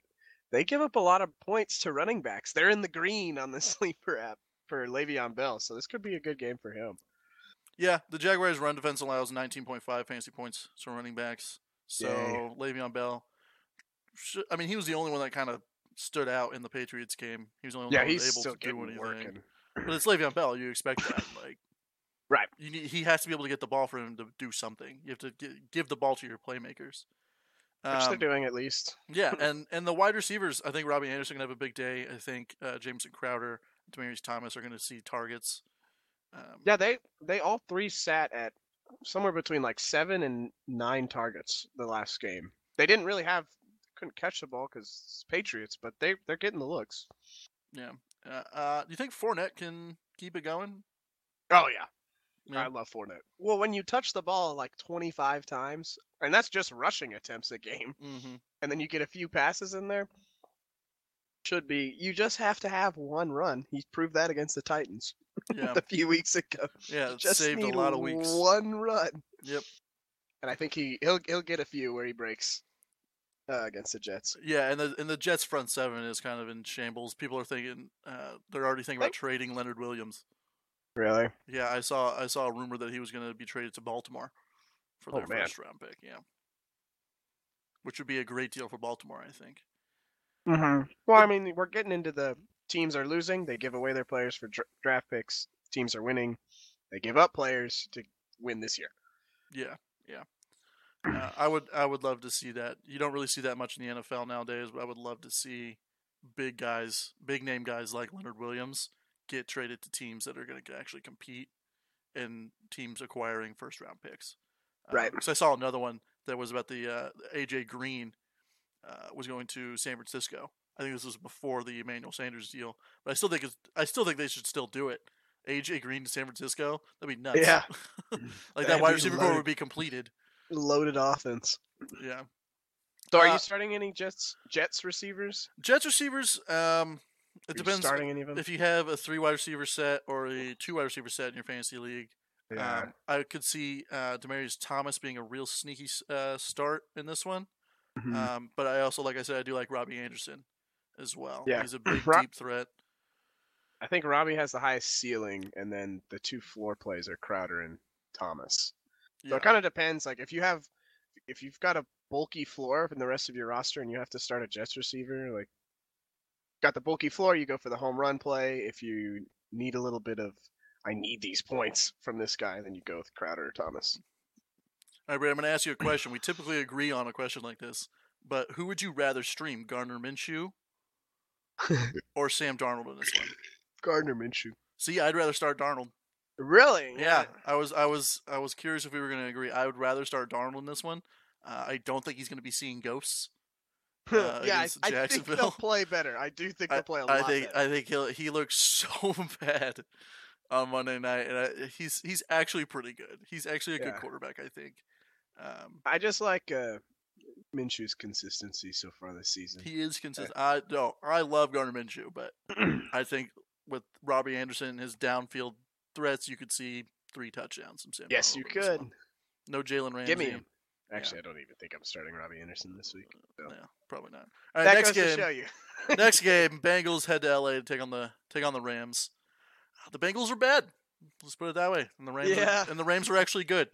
Speaker 2: they give up a lot of points to running backs. They're in the green on the sleeper app for Le'Veon Bell, so this could be a good game for him.
Speaker 1: Yeah, the Jaguars' run defense allows 19.5 fantasy points to running backs. So
Speaker 2: Yay.
Speaker 1: Le'Veon Bell, sh- I mean, he was the only one that kind of stood out in the Patriots game. He was the only
Speaker 2: Yeah,
Speaker 1: one that was
Speaker 2: he's
Speaker 1: able
Speaker 2: still
Speaker 1: to do
Speaker 2: getting
Speaker 1: anything.
Speaker 2: working.
Speaker 1: But it's Le'Veon Bell. You expect that, like,
Speaker 2: Right.
Speaker 1: You need, he has to be able to get the ball for him to do something. You have to gi- give the ball to your playmakers.
Speaker 2: Which they're
Speaker 1: Um,
Speaker 2: doing at least.
Speaker 1: yeah, and and the wide receivers, I think Robbie Anderson gonna have a big day. I think uh, Jameson Crowder, Demaryius Thomas are gonna see targets. Um,
Speaker 2: Yeah, they they all three sat at somewhere between like seven and nine targets the last game. They didn't really have couldn't catch the ball because it's Patriots, but they they're getting the looks.
Speaker 1: Uh, uh, do you think Fournette can keep it going?
Speaker 2: Oh yeah.
Speaker 1: Yeah.
Speaker 2: I love Fournette. Well, when you touch the ball like 25 times, and that's just rushing attempts a game,
Speaker 1: Mm-hmm.
Speaker 2: and then you get a few passes in there, should be. You just have to have one run. He proved that against the Titans
Speaker 1: Yeah,
Speaker 2: a few weeks ago.
Speaker 1: yeah, it
Speaker 2: just
Speaker 1: saved a
Speaker 2: need
Speaker 1: lot of weeks.
Speaker 2: One run.
Speaker 1: Yep.
Speaker 2: And I think he he'll he'll get a few where he breaks uh, against the Jets.
Speaker 1: Yeah, and the and the Jets front seven is kind of in shambles. People are thinking uh, they're already thinking about
Speaker 2: Like-
Speaker 1: trading Leonard Williams.
Speaker 2: Really?
Speaker 1: Yeah, I saw I saw a rumor that he was going to be traded to Baltimore for
Speaker 2: Oh,
Speaker 1: their
Speaker 2: man.
Speaker 1: first round pick. Yeah, which would be a great deal for Baltimore, I think.
Speaker 2: Mm-hmm. Well, I mean, we're getting into the teams are losing. They give away their players for dra- draft picks. Teams are winning. They give up players to win this year.
Speaker 1: Yeah, yeah. Uh, I would I would love to see that. You don't really see that much in the NFL nowadays, but I would love to see big guys, big name guys like Leonard Williams get traded to teams that are going to actually compete and teams acquiring first round picks.
Speaker 2: Right.
Speaker 1: so I saw another one that was about the uh, AJ Green uh, was going to San Francisco. I think this was before the Emmanuel Sanders deal, but I still think it's, I still think they should still do it. AJ Green to San Francisco, that'd be nuts.
Speaker 2: Yeah.
Speaker 1: like
Speaker 2: That'd
Speaker 1: that wide
Speaker 2: be
Speaker 1: receiver core
Speaker 2: loaded.
Speaker 1: would be completed.
Speaker 2: Loaded offense.
Speaker 1: Yeah.
Speaker 2: So, are
Speaker 1: Uh,
Speaker 2: you starting any Jets Jets receivers?
Speaker 1: Jets receivers, um, it
Speaker 2: Are you
Speaker 1: depends
Speaker 2: Starting any of them?
Speaker 1: if you have a three wide receiver set or a two wide receiver set in your fantasy league. Um, I could see uh, Demarius Thomas being a real sneaky s- uh, start in this one.
Speaker 2: Mhm.
Speaker 1: Um, but I also, like I said, I do like Robbie Anderson as well.
Speaker 2: Yeah.
Speaker 1: He's a big,
Speaker 2: Ro-
Speaker 1: deep threat.
Speaker 2: I think Robbie has the highest ceiling, and then the two floor plays are Crowder and Thomas. So
Speaker 1: Yeah.
Speaker 2: it kind of depends. Like if you have, if you've got a bulky floor in the rest of your roster, and you have to start a Jets receiver, like got the bulky floor, you go for the home run play. If you need a little bit of, I need these points from this guy, then you go with Crowder or Thomas.
Speaker 1: All right, Brad, I'm going to ask you a question. We typically agree on a question like this, but who would you rather stream, Garner Minshew or Sam Darnold in this one?
Speaker 2: Gardner Minshew.
Speaker 1: See, I'd rather start Darnold.
Speaker 2: Really?
Speaker 1: Yeah, I was, I was, I was curious if we were going to agree. I would rather start Darnold in this one. Uh, I don't think he's going to be seeing ghosts. uh,
Speaker 2: yeah,
Speaker 1: against
Speaker 2: I, I think they'll
Speaker 1: Jacksonville.
Speaker 2: play better. I do think they'll play a
Speaker 1: I
Speaker 2: lot
Speaker 1: think,
Speaker 2: better.
Speaker 1: I think he'll, he looks so bad on Monday night, and I, he's he's actually pretty good. He's actually a
Speaker 2: Yeah.
Speaker 1: good quarterback, I think. Um,
Speaker 2: I just like uh, Minshew's consistency so far this season.
Speaker 1: He is consistent. I no, I love Garner Minshew, but I think with Robbie Anderson and his downfield threats, you could see three touchdowns from Sam.
Speaker 2: yes,
Speaker 1: Darnold
Speaker 2: you
Speaker 1: in this one.
Speaker 2: could.
Speaker 1: No Jalen Oh, Ramsey.
Speaker 2: Give me him. Actually, I don't even think I'm starting Robbie Anderson this week.
Speaker 1: Probably not. All right,
Speaker 2: that
Speaker 1: next
Speaker 2: goes to show
Speaker 1: game.
Speaker 2: you.
Speaker 1: next game. Bengals head to LA to take on the take on the Rams. Uh, The Bengals are bad. Let's put it that way. And the Rams.
Speaker 2: Yeah.
Speaker 1: Are, and the Rams are actually good.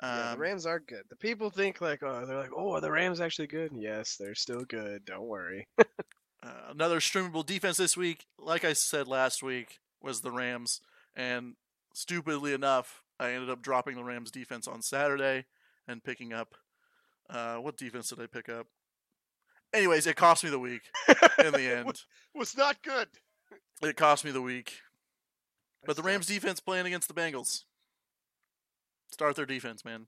Speaker 1: Um,
Speaker 2: yeah, the Rams are good. The people think like, oh, they're like, oh, are the Rams actually good? Yes, they're still good. Don't worry.
Speaker 1: Uh, another streamable defense this week, like I said last week, was the Rams. And stupidly enough, I ended up dropping the Rams defense on Saturday and picking up. Uh, what defense did I pick up? Anyways, it cost me the week in the end.
Speaker 2: was not good.
Speaker 1: It cost me the week. But
Speaker 2: That's
Speaker 1: the
Speaker 2: tough.
Speaker 1: Rams defense playing against the Bengals. Start their defense, man.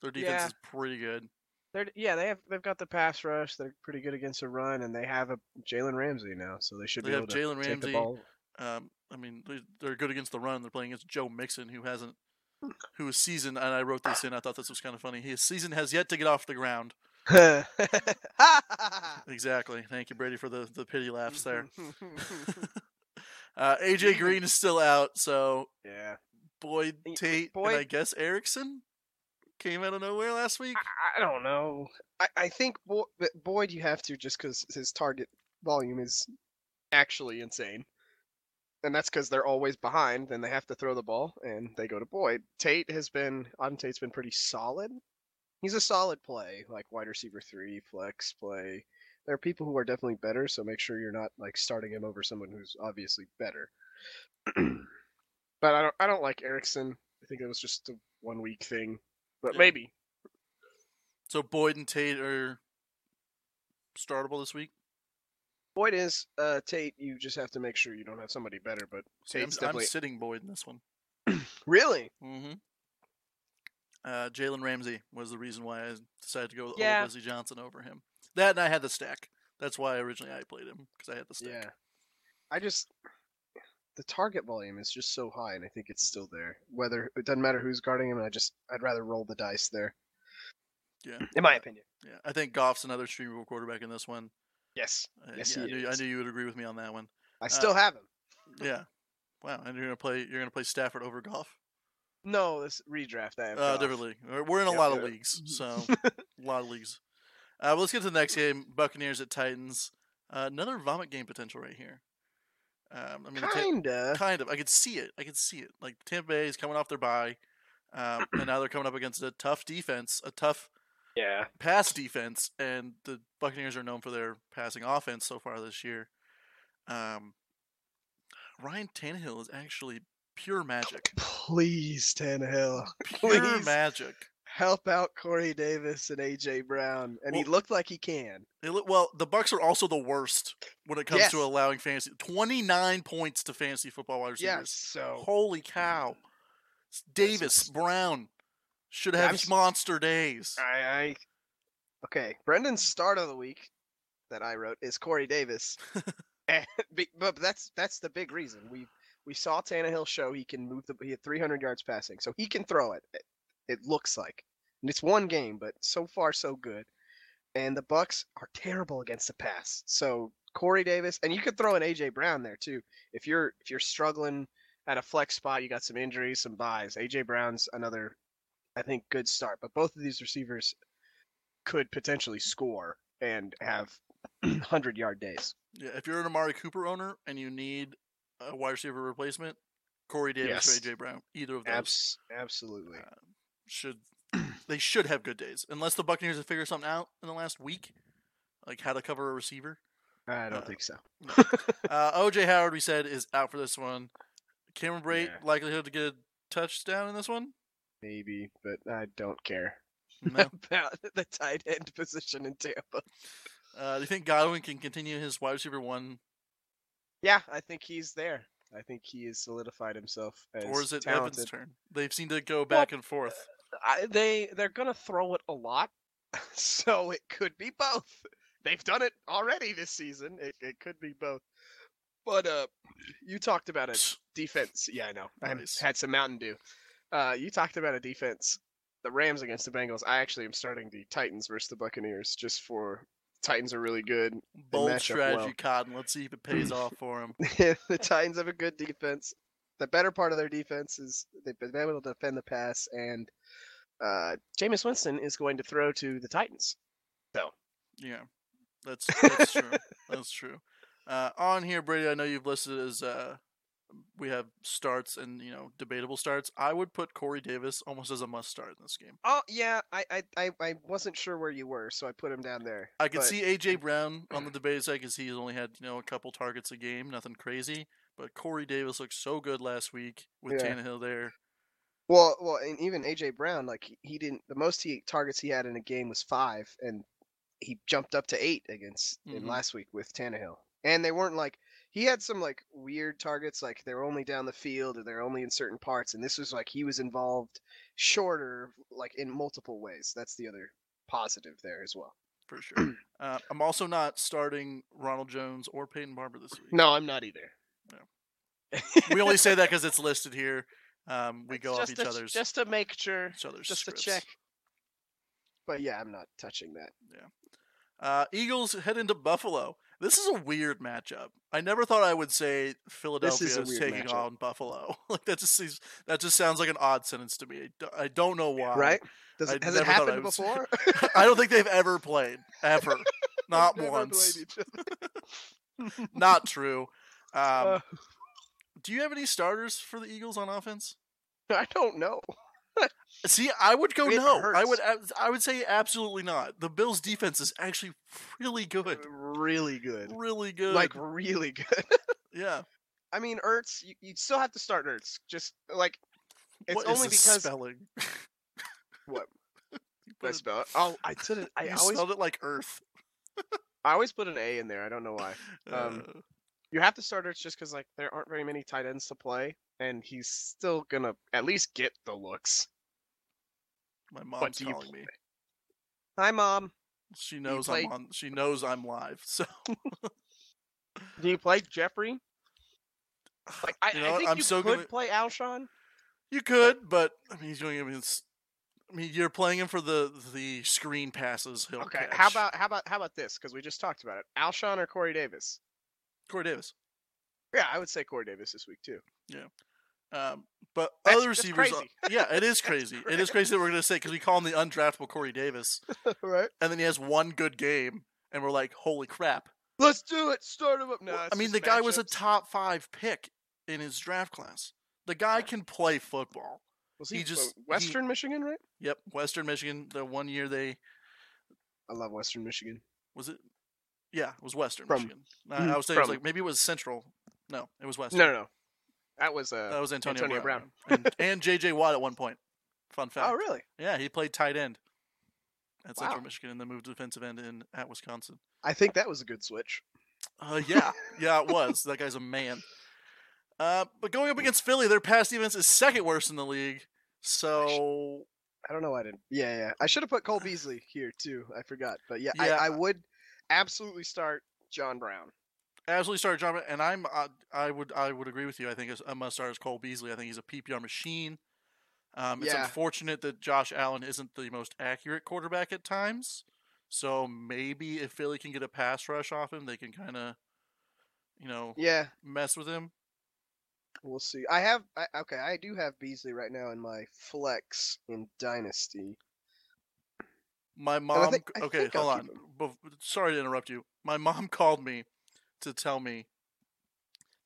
Speaker 1: Their defense
Speaker 2: Yeah.
Speaker 1: is pretty good.
Speaker 2: They're, yeah, they have they've got the pass rush. They're pretty good against the run, and they have a Jalen Ramsey now, so they should
Speaker 1: They
Speaker 2: be
Speaker 1: have
Speaker 2: able to
Speaker 1: Jalen
Speaker 2: take the
Speaker 1: Ramsey.
Speaker 2: ball.
Speaker 1: Um, I mean, they- they're good against the run. They're playing against Joe Mixon, who hasn't, who is seasoned. And I wrote this in. I thought this was kind of funny. His season has yet to get off the ground. Exactly. Thank you, Brady, for the the pity
Speaker 2: Mm-hmm.
Speaker 1: laughs there. uh, AJ Green is still out, so
Speaker 2: yeah,
Speaker 1: Boyd
Speaker 2: Y-
Speaker 1: Tate and I
Speaker 2: Boyd-
Speaker 1: guess Erickson came out of nowhere last week.
Speaker 2: I, I don't know. I, I think Bo- that Boyd, you have to just because his target volume is actually insane, and that's because they're always behind. Then they have to throw the ball, and they go to Boyd. Tate has been Auden Tate's been pretty solid. He's a solid play, like wide receiver three, flex play. There are people who are definitely better, so make sure you're not like starting him over someone who's obviously better. but I don't, I don't like Erickson. I think it was just a one week thing, but
Speaker 1: Yeah.
Speaker 2: maybe
Speaker 1: So Boyd and Tate are startable this week.
Speaker 2: Boyd is uh, Tate. You just have to make sure you don't have somebody better. But
Speaker 1: See, I'm,
Speaker 2: Tate's
Speaker 1: I'm
Speaker 2: definitely
Speaker 1: sitting Boyd in this one.
Speaker 2: really
Speaker 1: Mm-hmm. Uh, Jalen Ramsey was the reason why I decided to go with
Speaker 2: Yeah.
Speaker 1: old Wesley Johnson over him. That and I had the stack. That's why originally I played him because I had the stack.
Speaker 2: yeah. I just the target volume is just so high, and I think it's still there. Whether it doesn't matter who's guarding him, and I just I'd rather roll the dice there.
Speaker 1: Yeah,
Speaker 2: In my opinion,
Speaker 1: yeah. I think Goff's another streamable quarterback in this one.
Speaker 2: yes,
Speaker 1: Uh,
Speaker 2: Yes,
Speaker 1: yeah, I
Speaker 2: he
Speaker 1: knew, I
Speaker 2: is.
Speaker 1: knew you would agree with me on that one.
Speaker 2: I still have him.
Speaker 1: Yeah. Wow, and you're gonna play you're gonna play Stafford over Goff.
Speaker 2: No, this redraft I have.
Speaker 1: Uh,
Speaker 2: Goff.
Speaker 1: different league. We're- We're in a
Speaker 2: Yep,
Speaker 1: lot of
Speaker 2: yeah.
Speaker 1: leagues, so a lot of leagues. Uh, well, let's get to the next game: Buccaneers at Titans. Uh, another vomit game potential right here. Um, I mean, the Ta-
Speaker 2: Kinda.
Speaker 1: kind of. I could see it. I could see it. Like Tampa Bay is coming off their bye, um, and now they're coming up against a tough defense, a tough
Speaker 2: Yeah.
Speaker 1: pass defense, and the Buccaneers are known for their passing offense so far this year. Um, Ryan Tannehill is actually pure magic.
Speaker 2: Please, Tannehill,
Speaker 1: Pure
Speaker 2: please
Speaker 1: magic.
Speaker 2: help out Corey Davis and AJ Brown, and he
Speaker 1: Well-
Speaker 2: looked like he can.
Speaker 1: They look, well, the Bucks are also the worst when it comes to
Speaker 2: Yes.
Speaker 1: allowing fantasy. Twenty nine points to fantasy football wide
Speaker 2: Yeah.
Speaker 1: receivers.
Speaker 2: So
Speaker 1: Holy cow! S- Davis Brown should
Speaker 2: Yeah,
Speaker 1: have
Speaker 2: I'm s-
Speaker 1: monster days.
Speaker 2: I, I okay. Brendan's start of the week that I wrote is Corey Davis, and, be- but that's that's the big reason we we saw Tannehill show he can move the he had 300 yards passing, so he can throw it. It, it looks like, and it's one game, but so far so good. And the Bucks are terrible against the pass, so Corey Davis, and you could throw an AJ Brown there too if you're if you're struggling at a flex spot, you got some injuries, some buys. AJ Brown's another, I think, good start. But both of these receivers could potentially score and have hundred yard days.
Speaker 1: Yeah, if you're an Amari Cooper owner and you need a wide receiver replacement, Corey Davis
Speaker 2: Yes.
Speaker 1: or AJ Brown, either of those
Speaker 2: Abs- absolutely.
Speaker 1: Uh, should they should have good days, unless the Buccaneers have figured something out in the last week, like how to cover a receiver.
Speaker 2: I don't
Speaker 1: uh,
Speaker 2: think so.
Speaker 1: Uh, OJ Howard, we said, is out for this one. Cameron Brate
Speaker 2: Yeah.
Speaker 1: likelihood to get a touchdown in this one.
Speaker 2: Maybe, but I don't care
Speaker 1: No.
Speaker 2: about the tight end position in Tampa.
Speaker 1: uh, do you think Godwin can continue his wide receiver one?
Speaker 2: Yeah, I think he's there. I think he has solidified himself as
Speaker 1: or is it
Speaker 2: talented.
Speaker 1: Evan's turn? They've seemed to go back and forth.
Speaker 2: I, they they're gonna throw it a lot, so it could be both. They've done it already this season. It, it could be both. But uh, you talked about a
Speaker 1: Psst.
Speaker 2: defense. Yeah, I know. I had-
Speaker 1: Nice.
Speaker 2: had some Mountain Dew. Uh, you talked about a defense. The Rams against the Bengals. I actually am starting the Titans versus the Buccaneers just for Titans are really good. match
Speaker 1: Bold
Speaker 2: up
Speaker 1: strategy,
Speaker 2: well.
Speaker 1: Cotton. Let's see if it pays off for him.
Speaker 2: the Titans have a good defense. The better part of their defense is they've been able to defend the pass, and uh, Jameis Winston is going to throw to the Titans.
Speaker 1: Yeah, that's that's true. That's true. Uh, on here, Brady, I know you've listed as uh, we have starts and you know debatable starts. I would put Corey Davis almost as a must start in this game.
Speaker 2: Oh yeah, I I, I, I wasn't sure where you were, so I put him down there.
Speaker 1: I could
Speaker 2: but
Speaker 1: see AJ Brown on the debate side because he's only had you know a couple targets a game, nothing crazy. But Corey Davis looked so good last week with
Speaker 2: Yeah.
Speaker 1: Tannehill there.
Speaker 2: Well, well, and even AJ Brown, like he- he didn't. The most he targets he had in a game was five, and he jumped up to eight against in
Speaker 1: Mhm.
Speaker 2: last week with Tannehill. And they weren't like he had some like weird targets, like they're only down the field or they're only in certain parts. And this was like he was involved shorter, like in multiple ways. That's the other positive there as well.
Speaker 1: For sure. Uh, I'm also not starting Ronald Jones or Peyton Barber this week.
Speaker 2: No, I'm not either.
Speaker 1: We only say that because it's listed here. Um, we
Speaker 2: It's
Speaker 1: go off
Speaker 2: just
Speaker 1: each
Speaker 2: to-
Speaker 1: other's
Speaker 2: just to make sure,
Speaker 1: each other's
Speaker 2: just to
Speaker 1: scripts.
Speaker 2: check. But yeah, I'm not touching that.
Speaker 1: Uh, Eagles head into Buffalo. This is a weird matchup. I never thought I would say Philadelphia is,
Speaker 2: weird
Speaker 1: taking
Speaker 2: matchup.
Speaker 1: on Buffalo. like that just seems, that just sounds like an odd sentence to me. I d- I don't know why.
Speaker 2: Right? Does
Speaker 1: Um, I
Speaker 2: it, has it
Speaker 1: never thought I
Speaker 2: happened
Speaker 1: would say-
Speaker 2: before?
Speaker 1: I don't think they've ever played ever. Not
Speaker 2: Never
Speaker 1: once.
Speaker 2: blame each other.
Speaker 1: Not true. Um,
Speaker 2: Uh,
Speaker 1: do you have any starters for the Eagles on offense?
Speaker 2: I don't know.
Speaker 1: See, I would go
Speaker 2: It
Speaker 1: no. I
Speaker 2: hurts.
Speaker 1: would. ab- I would say absolutely not. The Bills' defense is actually really good,
Speaker 2: Really good.
Speaker 1: really good.
Speaker 2: Like really good.
Speaker 1: yeah.
Speaker 2: I mean, Ertz, you, you'd still have to start Ertz. Just like it's
Speaker 1: What is
Speaker 2: only
Speaker 1: this
Speaker 2: because
Speaker 1: spelling.
Speaker 2: What?
Speaker 1: You put
Speaker 2: I
Speaker 1: an-
Speaker 2: spell it. Oh, I didn't. I
Speaker 1: you
Speaker 2: always,
Speaker 1: spelled it like Earth.
Speaker 2: I always put an A in there. I don't know why. Um,
Speaker 1: Uh,
Speaker 2: You have to start Ertz just because like there aren't very many tight ends to play, and he's still gonna at least get the looks.
Speaker 1: my mom's
Speaker 2: do you
Speaker 1: calling me.
Speaker 2: Hi, mom.
Speaker 1: She knows
Speaker 2: play-
Speaker 1: I'm on. She knows I'm live. So
Speaker 2: Do you play Jeffrey? Like I,
Speaker 1: You know
Speaker 2: I
Speaker 1: what?
Speaker 2: think
Speaker 1: I'm
Speaker 2: you
Speaker 1: so
Speaker 2: could
Speaker 1: gonna-
Speaker 2: play Alshon.
Speaker 1: you could, but I mean, he's doing. I mean, it's, I mean, you're playing him for the the screen passes. He'll
Speaker 2: Okay.
Speaker 1: catch.
Speaker 2: How about how about how about this? Because we just talked about it. Alshon or Corey Davis?
Speaker 1: Corey Davis?
Speaker 2: Yeah, I would say Corey Davis this week too.
Speaker 1: Um, but
Speaker 2: That's-
Speaker 1: other
Speaker 2: that's
Speaker 1: receivers, are-
Speaker 2: crazy.
Speaker 1: yeah, it is crazy. It is
Speaker 2: cra-
Speaker 1: crazy that we're gonna say because we call him the undraftable Corey Davis,
Speaker 2: right.
Speaker 1: and then he has one good game, and we're like, holy crap!
Speaker 2: Let's do it. Start him up now.
Speaker 1: Well, I mean, the guy was a top five pick in his draft class. The guy can play football.
Speaker 2: was
Speaker 1: he
Speaker 2: he,
Speaker 1: just-
Speaker 2: just
Speaker 1: he-
Speaker 2: Western Michigan, right?
Speaker 1: Yep, Western Michigan. The one year they
Speaker 2: I love Western Michigan.
Speaker 1: was it, yeah, it was Western
Speaker 2: From-
Speaker 1: Michigan. I, I
Speaker 2: mhm,
Speaker 1: was saying it was
Speaker 2: from.
Speaker 1: like maybe it was Central. No, it was Western.
Speaker 2: No, no, no. That was uh,
Speaker 1: that was Antonio,
Speaker 2: Antonio
Speaker 1: Brown, and, and JJ Watt at one point. Fun fact.
Speaker 2: oh, really?
Speaker 1: Yeah, he played tight end at Central
Speaker 2: Wow.
Speaker 1: Michigan, and then moved to defensive end in at Wisconsin.
Speaker 2: I think that was a good switch.
Speaker 1: Uh, yeah, yeah, it was. That guy's a man. Uh, but going up against Philly, their pass defense is second worst in the league. So
Speaker 2: I don't know why I didn't. Yeah, yeah. I should have put Cole Beasley here too. I forgot, but yeah,
Speaker 1: Yeah.
Speaker 2: I, I would absolutely start John Brown.
Speaker 1: absolutely start John, Brown, and I'm uh, I would I would agree with you. I think it's- a must start is Cole Beasley. I think he's a PPR machine. Um, it's
Speaker 2: Yeah.
Speaker 1: unfortunate that Josh Allen isn't the most accurate quarterback at times. So maybe if Philly can get a pass rush off him, they can kind of, you know,
Speaker 2: Yeah,
Speaker 1: mess with him.
Speaker 2: we'll see. I have I, okay. I do have Beasley right now in my flex in Dynasty.
Speaker 1: My
Speaker 2: I
Speaker 1: mom.
Speaker 2: think- I
Speaker 1: okay,
Speaker 2: think I'll
Speaker 1: hold on.
Speaker 2: keep
Speaker 1: Bef- sorry to interrupt you. My mom called me to tell me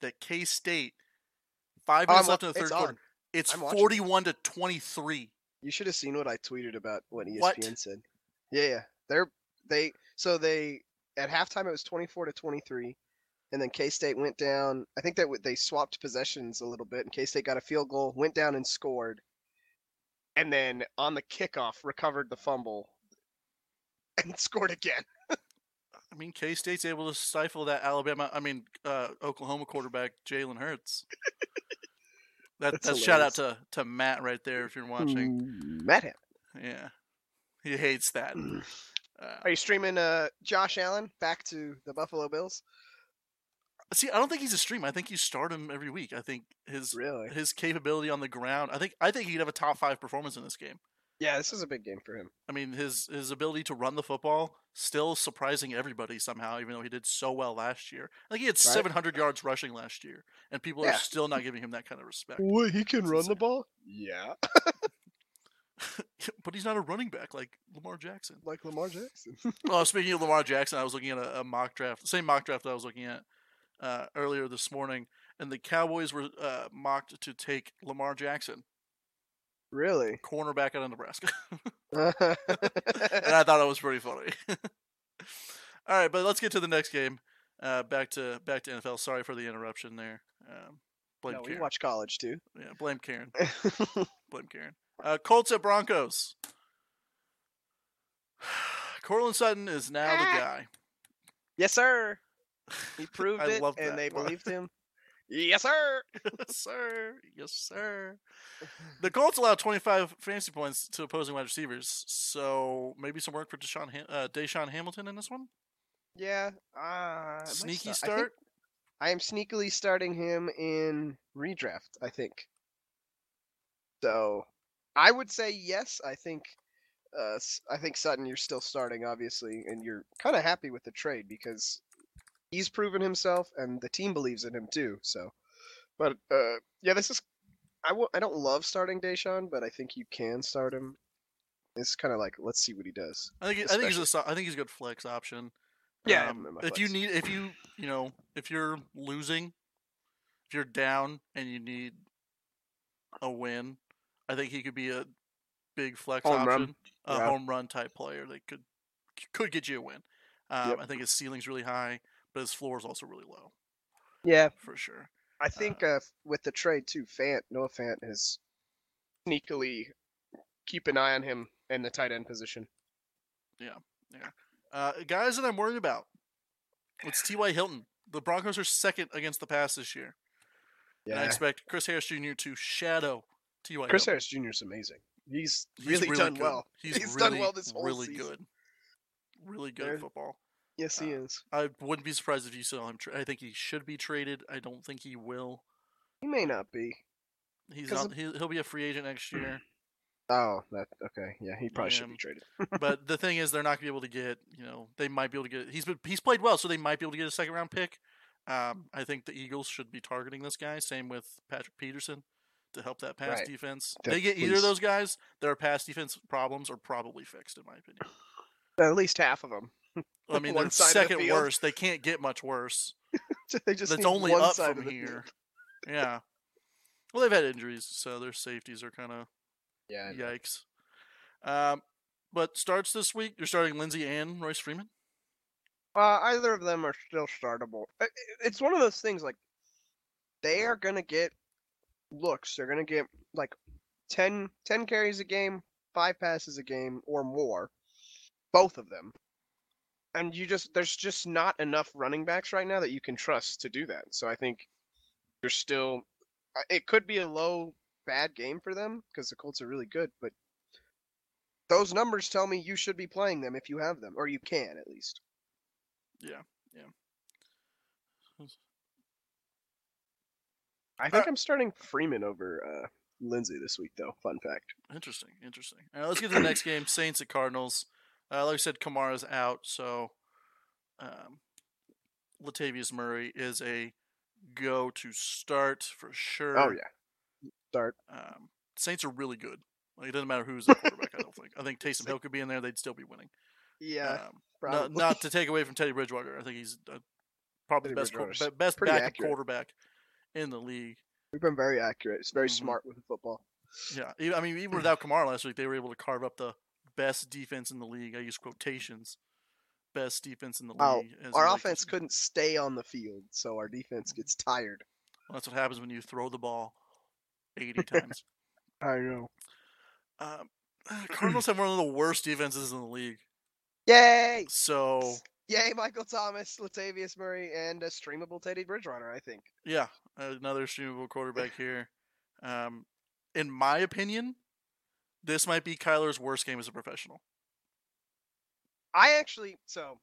Speaker 1: that K State five
Speaker 2: Oh,
Speaker 1: minutes
Speaker 2: I'm-
Speaker 1: left in the third
Speaker 2: it's
Speaker 1: quarter.
Speaker 2: on.
Speaker 1: It's
Speaker 2: I'm watching.
Speaker 1: forty-one to twenty-three.
Speaker 2: You should have seen what I tweeted about what E ESPN
Speaker 1: What?
Speaker 2: said. Yeah, yeah. They're they so they at halftime it was 24 to 23 and then K-State went down. I think that w- they swapped possessions a little bit and K-State got a field goal, went down and scored. And then on the kickoff recovered the fumble and scored again.
Speaker 1: I I mean, K State's able to stifle that Alabama, I mean, uh, Oklahoma quarterback Jalen Hurts. That, that's
Speaker 2: That's
Speaker 1: shout out to, to Matt right there if you're watching.
Speaker 2: Matt Ham.
Speaker 1: Yeah, he hates that.
Speaker 2: Mm.
Speaker 1: Uh,
Speaker 2: Are you streaming uh, Josh Allen back to the Buffalo Bills?
Speaker 1: see, I don't think he's a stream. I think you start him every week. I think his
Speaker 2: Really?
Speaker 1: his capability on the ground. I think I think he'd have a top five performance in this game.
Speaker 2: Yeah, this is a big game for him.
Speaker 1: I mean, his his ability to run the football still surprising everybody somehow, even though he did so well last year. Like he had
Speaker 2: Right.
Speaker 1: 700 yards rushing last year, and people are
Speaker 2: Yeah.
Speaker 1: still not giving him that kind of respect.
Speaker 2: What? He can
Speaker 1: That's run the insane.
Speaker 2: ball? Yeah,
Speaker 1: but he's not a running back like Lamar Jackson.
Speaker 2: like Lamar Jackson.
Speaker 1: Oh, speaking of Lamar Jackson, I was looking at a, a mock draft, the same mock draft that I was looking at uh, earlier this morning, and the Cowboys were uh, mocked to take Lamar Jackson,
Speaker 2: really?
Speaker 1: cornerback out of Nebraska. and
Speaker 2: yeah,
Speaker 1: I thought it was pretty funny. All right, but let's get to the next game. Uh, back to back to NFL. Sorry for the interruption there. Um, blame
Speaker 2: no, we
Speaker 1: Karen.
Speaker 2: watch college too.
Speaker 1: yeah, blame Karen. Blame Karen. Uh, Colts at Broncos. Cortland Sutton is now the
Speaker 2: Ah.
Speaker 1: guy.
Speaker 2: yes, sir. He proved
Speaker 1: I
Speaker 2: it,
Speaker 1: love that
Speaker 2: and they
Speaker 1: one.
Speaker 2: believed him. yes, sir.
Speaker 1: yes, sir. Yes, sir. The Colts allow 25 fantasy points to opposing wide receivers, so maybe some work for Deshaun, Ham- uh, Deshaun Hamilton in this one.
Speaker 2: Yeah. Uh, it might
Speaker 1: Sneaky
Speaker 2: start- I think
Speaker 1: start.
Speaker 2: I am sneakily starting him in redraft, I think. So, I would say yes. I think, uh, S- I think Sutton, you're still starting, obviously, and you're kind of happy with the trade because he's proven himself, and the team believes in him too. So, but uh, yeah, this is. I w- I don't love starting Deshaun, but I think you can start him. It's kind of like let's see what he does.
Speaker 1: I think I think he's a so- I think he's a good flex option. Um,
Speaker 2: Yeah, I have him in
Speaker 1: if
Speaker 2: my
Speaker 1: you
Speaker 2: flex.
Speaker 1: need if you you know if you're losing, if you're down and you need a win, I think he could be a big flex
Speaker 2: Home run.
Speaker 1: option, a
Speaker 2: Yeah.
Speaker 1: home run type player that could could get you a win. Um,
Speaker 2: Yep.
Speaker 1: I think his ceiling's really high, but his floor is also really low
Speaker 2: Yeah,
Speaker 1: for sure.
Speaker 2: I think uh, with the trade too, Fant Noah Fant is sneakily keep an eye on him in the tight end position.
Speaker 1: Uh, guys that I'm worried about, it's T.Y. Hilton. The Broncos are second against the pass this year. And I expect Chris Harris Jr. to shadow T.Y.
Speaker 2: Chris
Speaker 1: Hilton.
Speaker 2: Harris Jr. is amazing. He's,
Speaker 1: He's
Speaker 2: really, done
Speaker 1: good.
Speaker 2: well.
Speaker 1: He's,
Speaker 2: He's
Speaker 1: really,
Speaker 2: done well this whole
Speaker 1: really
Speaker 2: season.
Speaker 1: good. Really good
Speaker 2: There-
Speaker 1: football.
Speaker 2: Yes, he
Speaker 1: Uh,
Speaker 2: is.
Speaker 1: I wouldn't be surprised if you saw him. Tra- I think he should be traded. I don't think he will.
Speaker 2: He may not be.
Speaker 1: He's
Speaker 2: 'Cause
Speaker 1: on, he, he'll be a free agent next year.
Speaker 2: Oh, that okay. Yeah, he probably should
Speaker 1: Yeah.
Speaker 2: be traded.
Speaker 1: but the thing is, they're not gonna be able to get. You know, they might be able to get. He's been he's played well, so they might be able to get a second round pick. Um, I think the Eagles should be targeting this guy. Same with Patrick Peterson to help that pass
Speaker 2: Right.
Speaker 1: defense.
Speaker 2: Def-
Speaker 1: they get either of
Speaker 2: please.
Speaker 1: those guys, their pass defense problems are probably fixed, in my opinion.
Speaker 2: At least half of them.
Speaker 1: I mean,
Speaker 2: One
Speaker 1: they're
Speaker 2: side of the
Speaker 1: second
Speaker 2: field.
Speaker 1: worst. They can't get much worse.
Speaker 2: they just
Speaker 1: That's
Speaker 2: need
Speaker 1: only
Speaker 2: one
Speaker 1: up
Speaker 2: side
Speaker 1: from
Speaker 2: of the field.
Speaker 1: here. yeah. Well, they've had injuries, so their safeties are kind of
Speaker 2: Yeah. I know.
Speaker 1: yikes. Um, but starts this week. You're starting Lindsey and Royce Freeman.
Speaker 2: Uh, either of them are still startable. I- i- It's one of those things like they are gonna get looks. They're gonna get like 10, 10 carries a game, five passes a game, or more, both of them. And you just there's just not enough running backs right now that you can trust to do that. So I think you're still. I- It could be a low bad game for them because the Colts are really good, but those numbers tell me you should be playing them if you have them, or you can at least.
Speaker 1: Uh
Speaker 2: I think I'm starting Freeman over uh, Lindsay this week, though. Fun fact.
Speaker 1: Interesting, interesting. All right, let's get to the next game: Saints at Cardinals. Uh, like I said, Kamara's out, so um, Latavius Murray is a go to start for sure.
Speaker 2: Oh yeah, start.
Speaker 1: Um, Saints are really good. Like, it doesn't matter who's the quarterback. I don't think. I think Taysom Hill could be in there; they'd still be winning.
Speaker 2: Yeah,
Speaker 1: Um, not, not to take away from Teddy Bridgewater. I think he's uh, probably the
Speaker 2: Teddy
Speaker 1: best quar-
Speaker 2: Bridgewater's
Speaker 1: be- best
Speaker 2: pretty
Speaker 1: backup
Speaker 2: accurate.
Speaker 1: quarterback in the league.
Speaker 2: We've been very accurate. It's very
Speaker 1: Mhm.
Speaker 2: smart with the football.
Speaker 1: Yeah, e- I mean, even without Kamara last week, they were able to carve up the best defense in the league. I use quotations, best defense in the league.
Speaker 2: Oh,
Speaker 1: as I like
Speaker 2: Our
Speaker 1: to
Speaker 2: offense
Speaker 1: say.
Speaker 2: couldn't stay on the field, so our defense gets tired.
Speaker 1: Well, that's what happens when you throw the ball eighty times.
Speaker 2: I know.
Speaker 1: Um, Cardinals have one of the worst defenses in the league.
Speaker 2: Yay!
Speaker 1: So
Speaker 2: Yay, Michael Thomas, Latavius Murray, and a streamable Teddy Bridgewater, I think.
Speaker 1: Yeah, another streamable quarterback here. Um, in my opinion, this might be Kyler's worst game as a professional.
Speaker 2: I actually, so,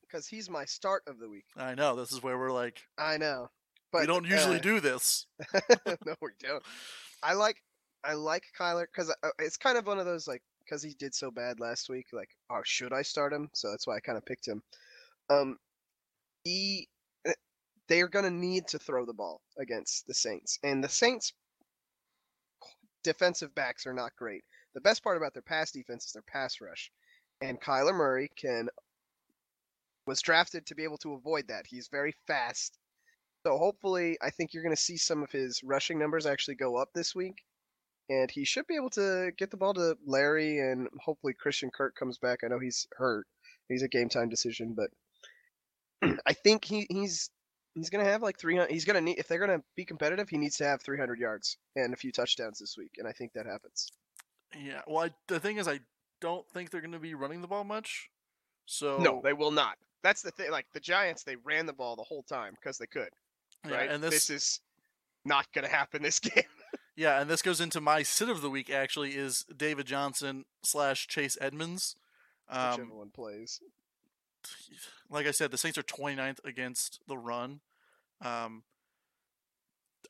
Speaker 2: because he's my start of the week.
Speaker 1: I know this is where we're like
Speaker 2: I know. But
Speaker 1: we don't usually
Speaker 2: uh,
Speaker 1: do this.
Speaker 2: no, we don't. I like I like Kyler because it's kind of one of those like because he did so bad last week. Like, oh, should I start him? So that's why I kind of picked him. Um, he they are gonna need to throw the ball against the Saints, and the Saints defensive backs are not great. The best part about their pass defense is their pass rush, and Kyler Murray can was drafted to be able to avoid that. He's very fast. So hopefully, I think you're going to see some of his rushing numbers actually go up this week, and he should be able to get the ball to Larry, and hopefully Christian Kirk comes back. I know he's hurt; he's a game time decision, but I think he, he's he's going to have like 300. He's going to need if they're going to be competitive, he needs to have 300 yards and a few touchdowns this week, and I think that happens.
Speaker 1: Yeah. Well, I, the thing is, I don't think they're going to be running the ball much. So
Speaker 2: No, they will not. That's the thing. Like the Giants, they ran the ball the whole time because they could.
Speaker 1: yeah,
Speaker 2: right?
Speaker 1: and this,
Speaker 2: is not going to happen this game.
Speaker 1: yeah, and this goes into my sit of the week. Actually, is David Johnson slash Chase Edmonds. Um,
Speaker 2: Whichever one plays.
Speaker 1: like I said, the Saints are 29th against the run. Um,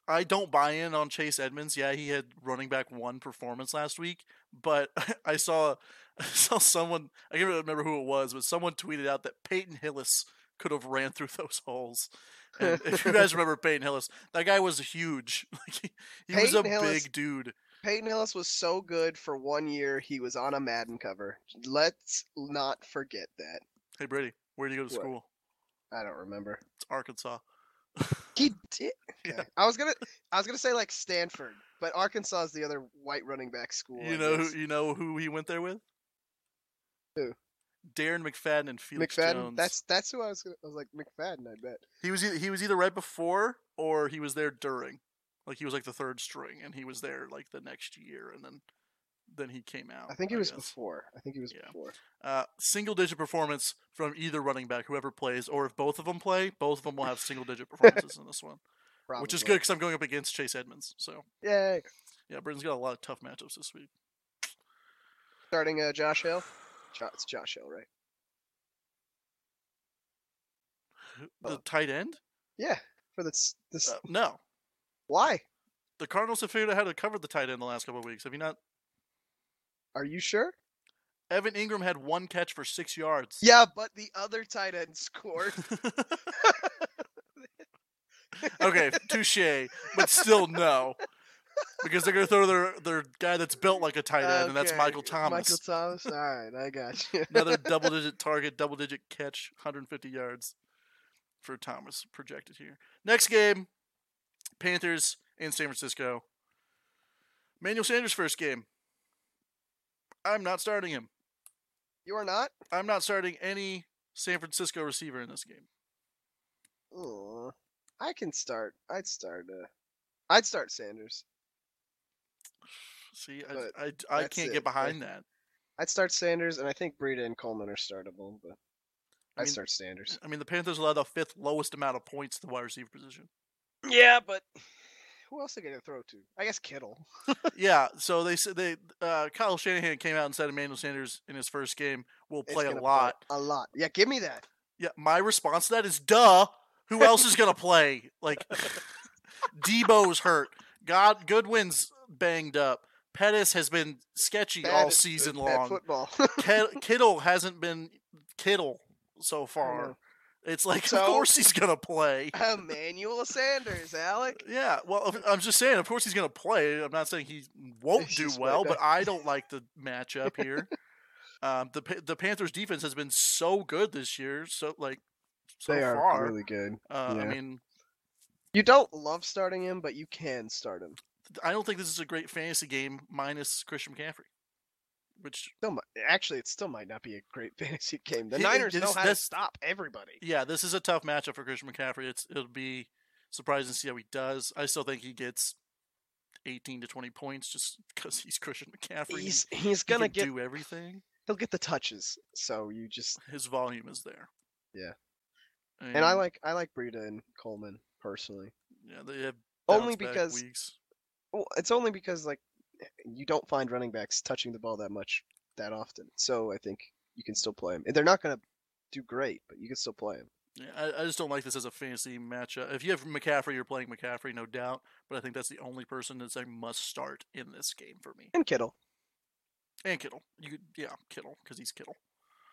Speaker 1: I don't buy in on Chase Edmonds. Yeah, he had running back one performance last week, but I saw I saw someone I can't remember who it was, but someone tweeted out that Peyton Hillis could have ran through those holes. And if you guys remember Peyton Hillis, that guy was huge. Like he, he was a
Speaker 2: Peyton Hillis-
Speaker 1: big dude.
Speaker 2: Peyton Hillis was so good for one year, he was on a Madden cover. Let's not forget that.
Speaker 1: Hey Brady, where do you go to
Speaker 2: What?
Speaker 1: school?
Speaker 2: I don't remember.
Speaker 1: It's Arkansas.
Speaker 2: He did.
Speaker 1: Yeah.
Speaker 2: okay. I was gonna, I was gonna say like Stanford, but Arkansas is the other white running back school. I
Speaker 1: You know
Speaker 2: guess.
Speaker 1: who you know who he went there with?
Speaker 2: Who?
Speaker 1: Darren McFadden and Felix
Speaker 2: McFadden.
Speaker 1: Jones.
Speaker 2: That's that's who I was. Gonna, I was like McFadden. I bet.
Speaker 1: He was either, he was either right before or he was there during. Like he was like the third string and he was there like the next year and then then he came out.
Speaker 2: I think it was
Speaker 1: Oh, guess.
Speaker 2: before. I think it was
Speaker 1: Yeah.
Speaker 2: before.
Speaker 1: uh, single digit performance from either running back whoever plays or if both of them play, both of them will have single digit performances in this one,
Speaker 2: Probably.
Speaker 1: which is good cuz I'm going up against Chase Edmonds. So,
Speaker 2: Yay!
Speaker 1: yeah, Britain's got a lot of tough matchups this week.
Speaker 2: Starting uh, Josh Hill. Jo- it's Josh Hill, right?
Speaker 1: The
Speaker 2: Oh.
Speaker 1: tight end?
Speaker 2: Yeah. For this, this.
Speaker 1: Uh, no.
Speaker 2: why?
Speaker 1: The Cardinals have figured out how to cover the tight end the last couple of weeks. Have you not
Speaker 2: Are you sure?
Speaker 1: Evan Ingram had one catch for 6 yards.
Speaker 2: Yeah, but the other tight end scored.
Speaker 1: okay, touche, but still no. Because they're gonna throw their their guy that's built like a tight end, and that's
Speaker 2: Okay,
Speaker 1: Michael Thomas.
Speaker 2: Michael Thomas. All right, I got you.
Speaker 1: Another double digit target, double digit catch, 150 yards for Thomas projected here. Next game, Panthers in San Francisco. Manuel Sanders first game. I'm not starting him.
Speaker 2: you are not.
Speaker 1: I'm not starting any San Francisco receiver in this game.
Speaker 2: Aw, I can start. I'd start. Uh, I'd start Sanders.
Speaker 1: See,
Speaker 2: But
Speaker 1: I, I, I
Speaker 2: that's
Speaker 1: can't
Speaker 2: it,
Speaker 1: get
Speaker 2: like,
Speaker 1: behind that.
Speaker 2: I'd start Sanders, and I think Breida and Coleman are startable. But
Speaker 1: I mean-
Speaker 2: I would
Speaker 1: eh,
Speaker 2: start Sanders.
Speaker 1: I mean, the Panthers allow the fifth lowest amount of points to the wide receiver position.
Speaker 2: Yeah, but who else are they gonna throw to? I guess Kittle.
Speaker 1: yeah, so they said they uh, Kyle Shanahan came out and said Emmanuel Sanders in his first game will
Speaker 2: It's
Speaker 1: play a
Speaker 2: gonna
Speaker 1: lot.
Speaker 2: A lot. Yeah, give me that.
Speaker 1: Yeah, my response to that is duh. Who else is gonna play? Like Debo's hurt. God Goodwin's banged up. Pettis has been sketchy
Speaker 2: Bad
Speaker 1: all
Speaker 2: at-
Speaker 1: season
Speaker 2: bad
Speaker 1: long.
Speaker 2: football.
Speaker 1: Kid- Kittle hasn't been Kittle so
Speaker 2: know.
Speaker 1: far. It's like
Speaker 2: So-
Speaker 1: of course he's gonna play.
Speaker 2: Emmanuel Sanders, Alec.
Speaker 1: Yeah, well, of- I'm just saying. Of course, he's going to play. I'm not saying he won't
Speaker 2: He's
Speaker 1: do
Speaker 2: just
Speaker 1: well,
Speaker 2: like
Speaker 1: but I don't like the matchup here. um, the Pa- the Panthers' defense has been so good this year, so like so
Speaker 2: they are
Speaker 1: far.
Speaker 2: really good.
Speaker 1: uh, I
Speaker 2: yeah.
Speaker 1: mean,
Speaker 2: You don't love starting him, but you can start him.
Speaker 1: I don't think this is a great fantasy game minus Christian McCaffrey, which
Speaker 2: Still might, actually, it still might not be a great fantasy game. The
Speaker 1: Yeah, it-
Speaker 2: Niners know
Speaker 1: this-
Speaker 2: how to
Speaker 1: that's-
Speaker 2: stop everybody.
Speaker 1: yeah, this is a tough matchup for Christian McCaffrey. It's it'll be surprising to see how he does. I still think he gets 18 to 20 points just because he's Christian McCaffrey. He-
Speaker 2: He's he's
Speaker 1: he
Speaker 2: gonna
Speaker 1: can
Speaker 2: get
Speaker 1: do everything.
Speaker 2: he'll get the touches. So you just
Speaker 1: His volume is there.
Speaker 2: And I
Speaker 1: Mm.
Speaker 2: like I like Brita and Coleman personally.
Speaker 1: yeah, they have
Speaker 2: Only
Speaker 1: bounce-back
Speaker 2: because
Speaker 1: weeks.
Speaker 2: well, it's only because like you don't find running backs touching the ball that much that often. So I think you can still play them. And they're not going to do great, but you can still play them.
Speaker 1: Yeah, I, I just don't like this as a fantasy matchup. If you have McCaffrey, you're playing McCaffrey, no doubt. But I think that's the only person that's a must start in this game for me.
Speaker 2: And Kittle.
Speaker 1: And Kittle, you could, yeah, Kittle because he's Kittle.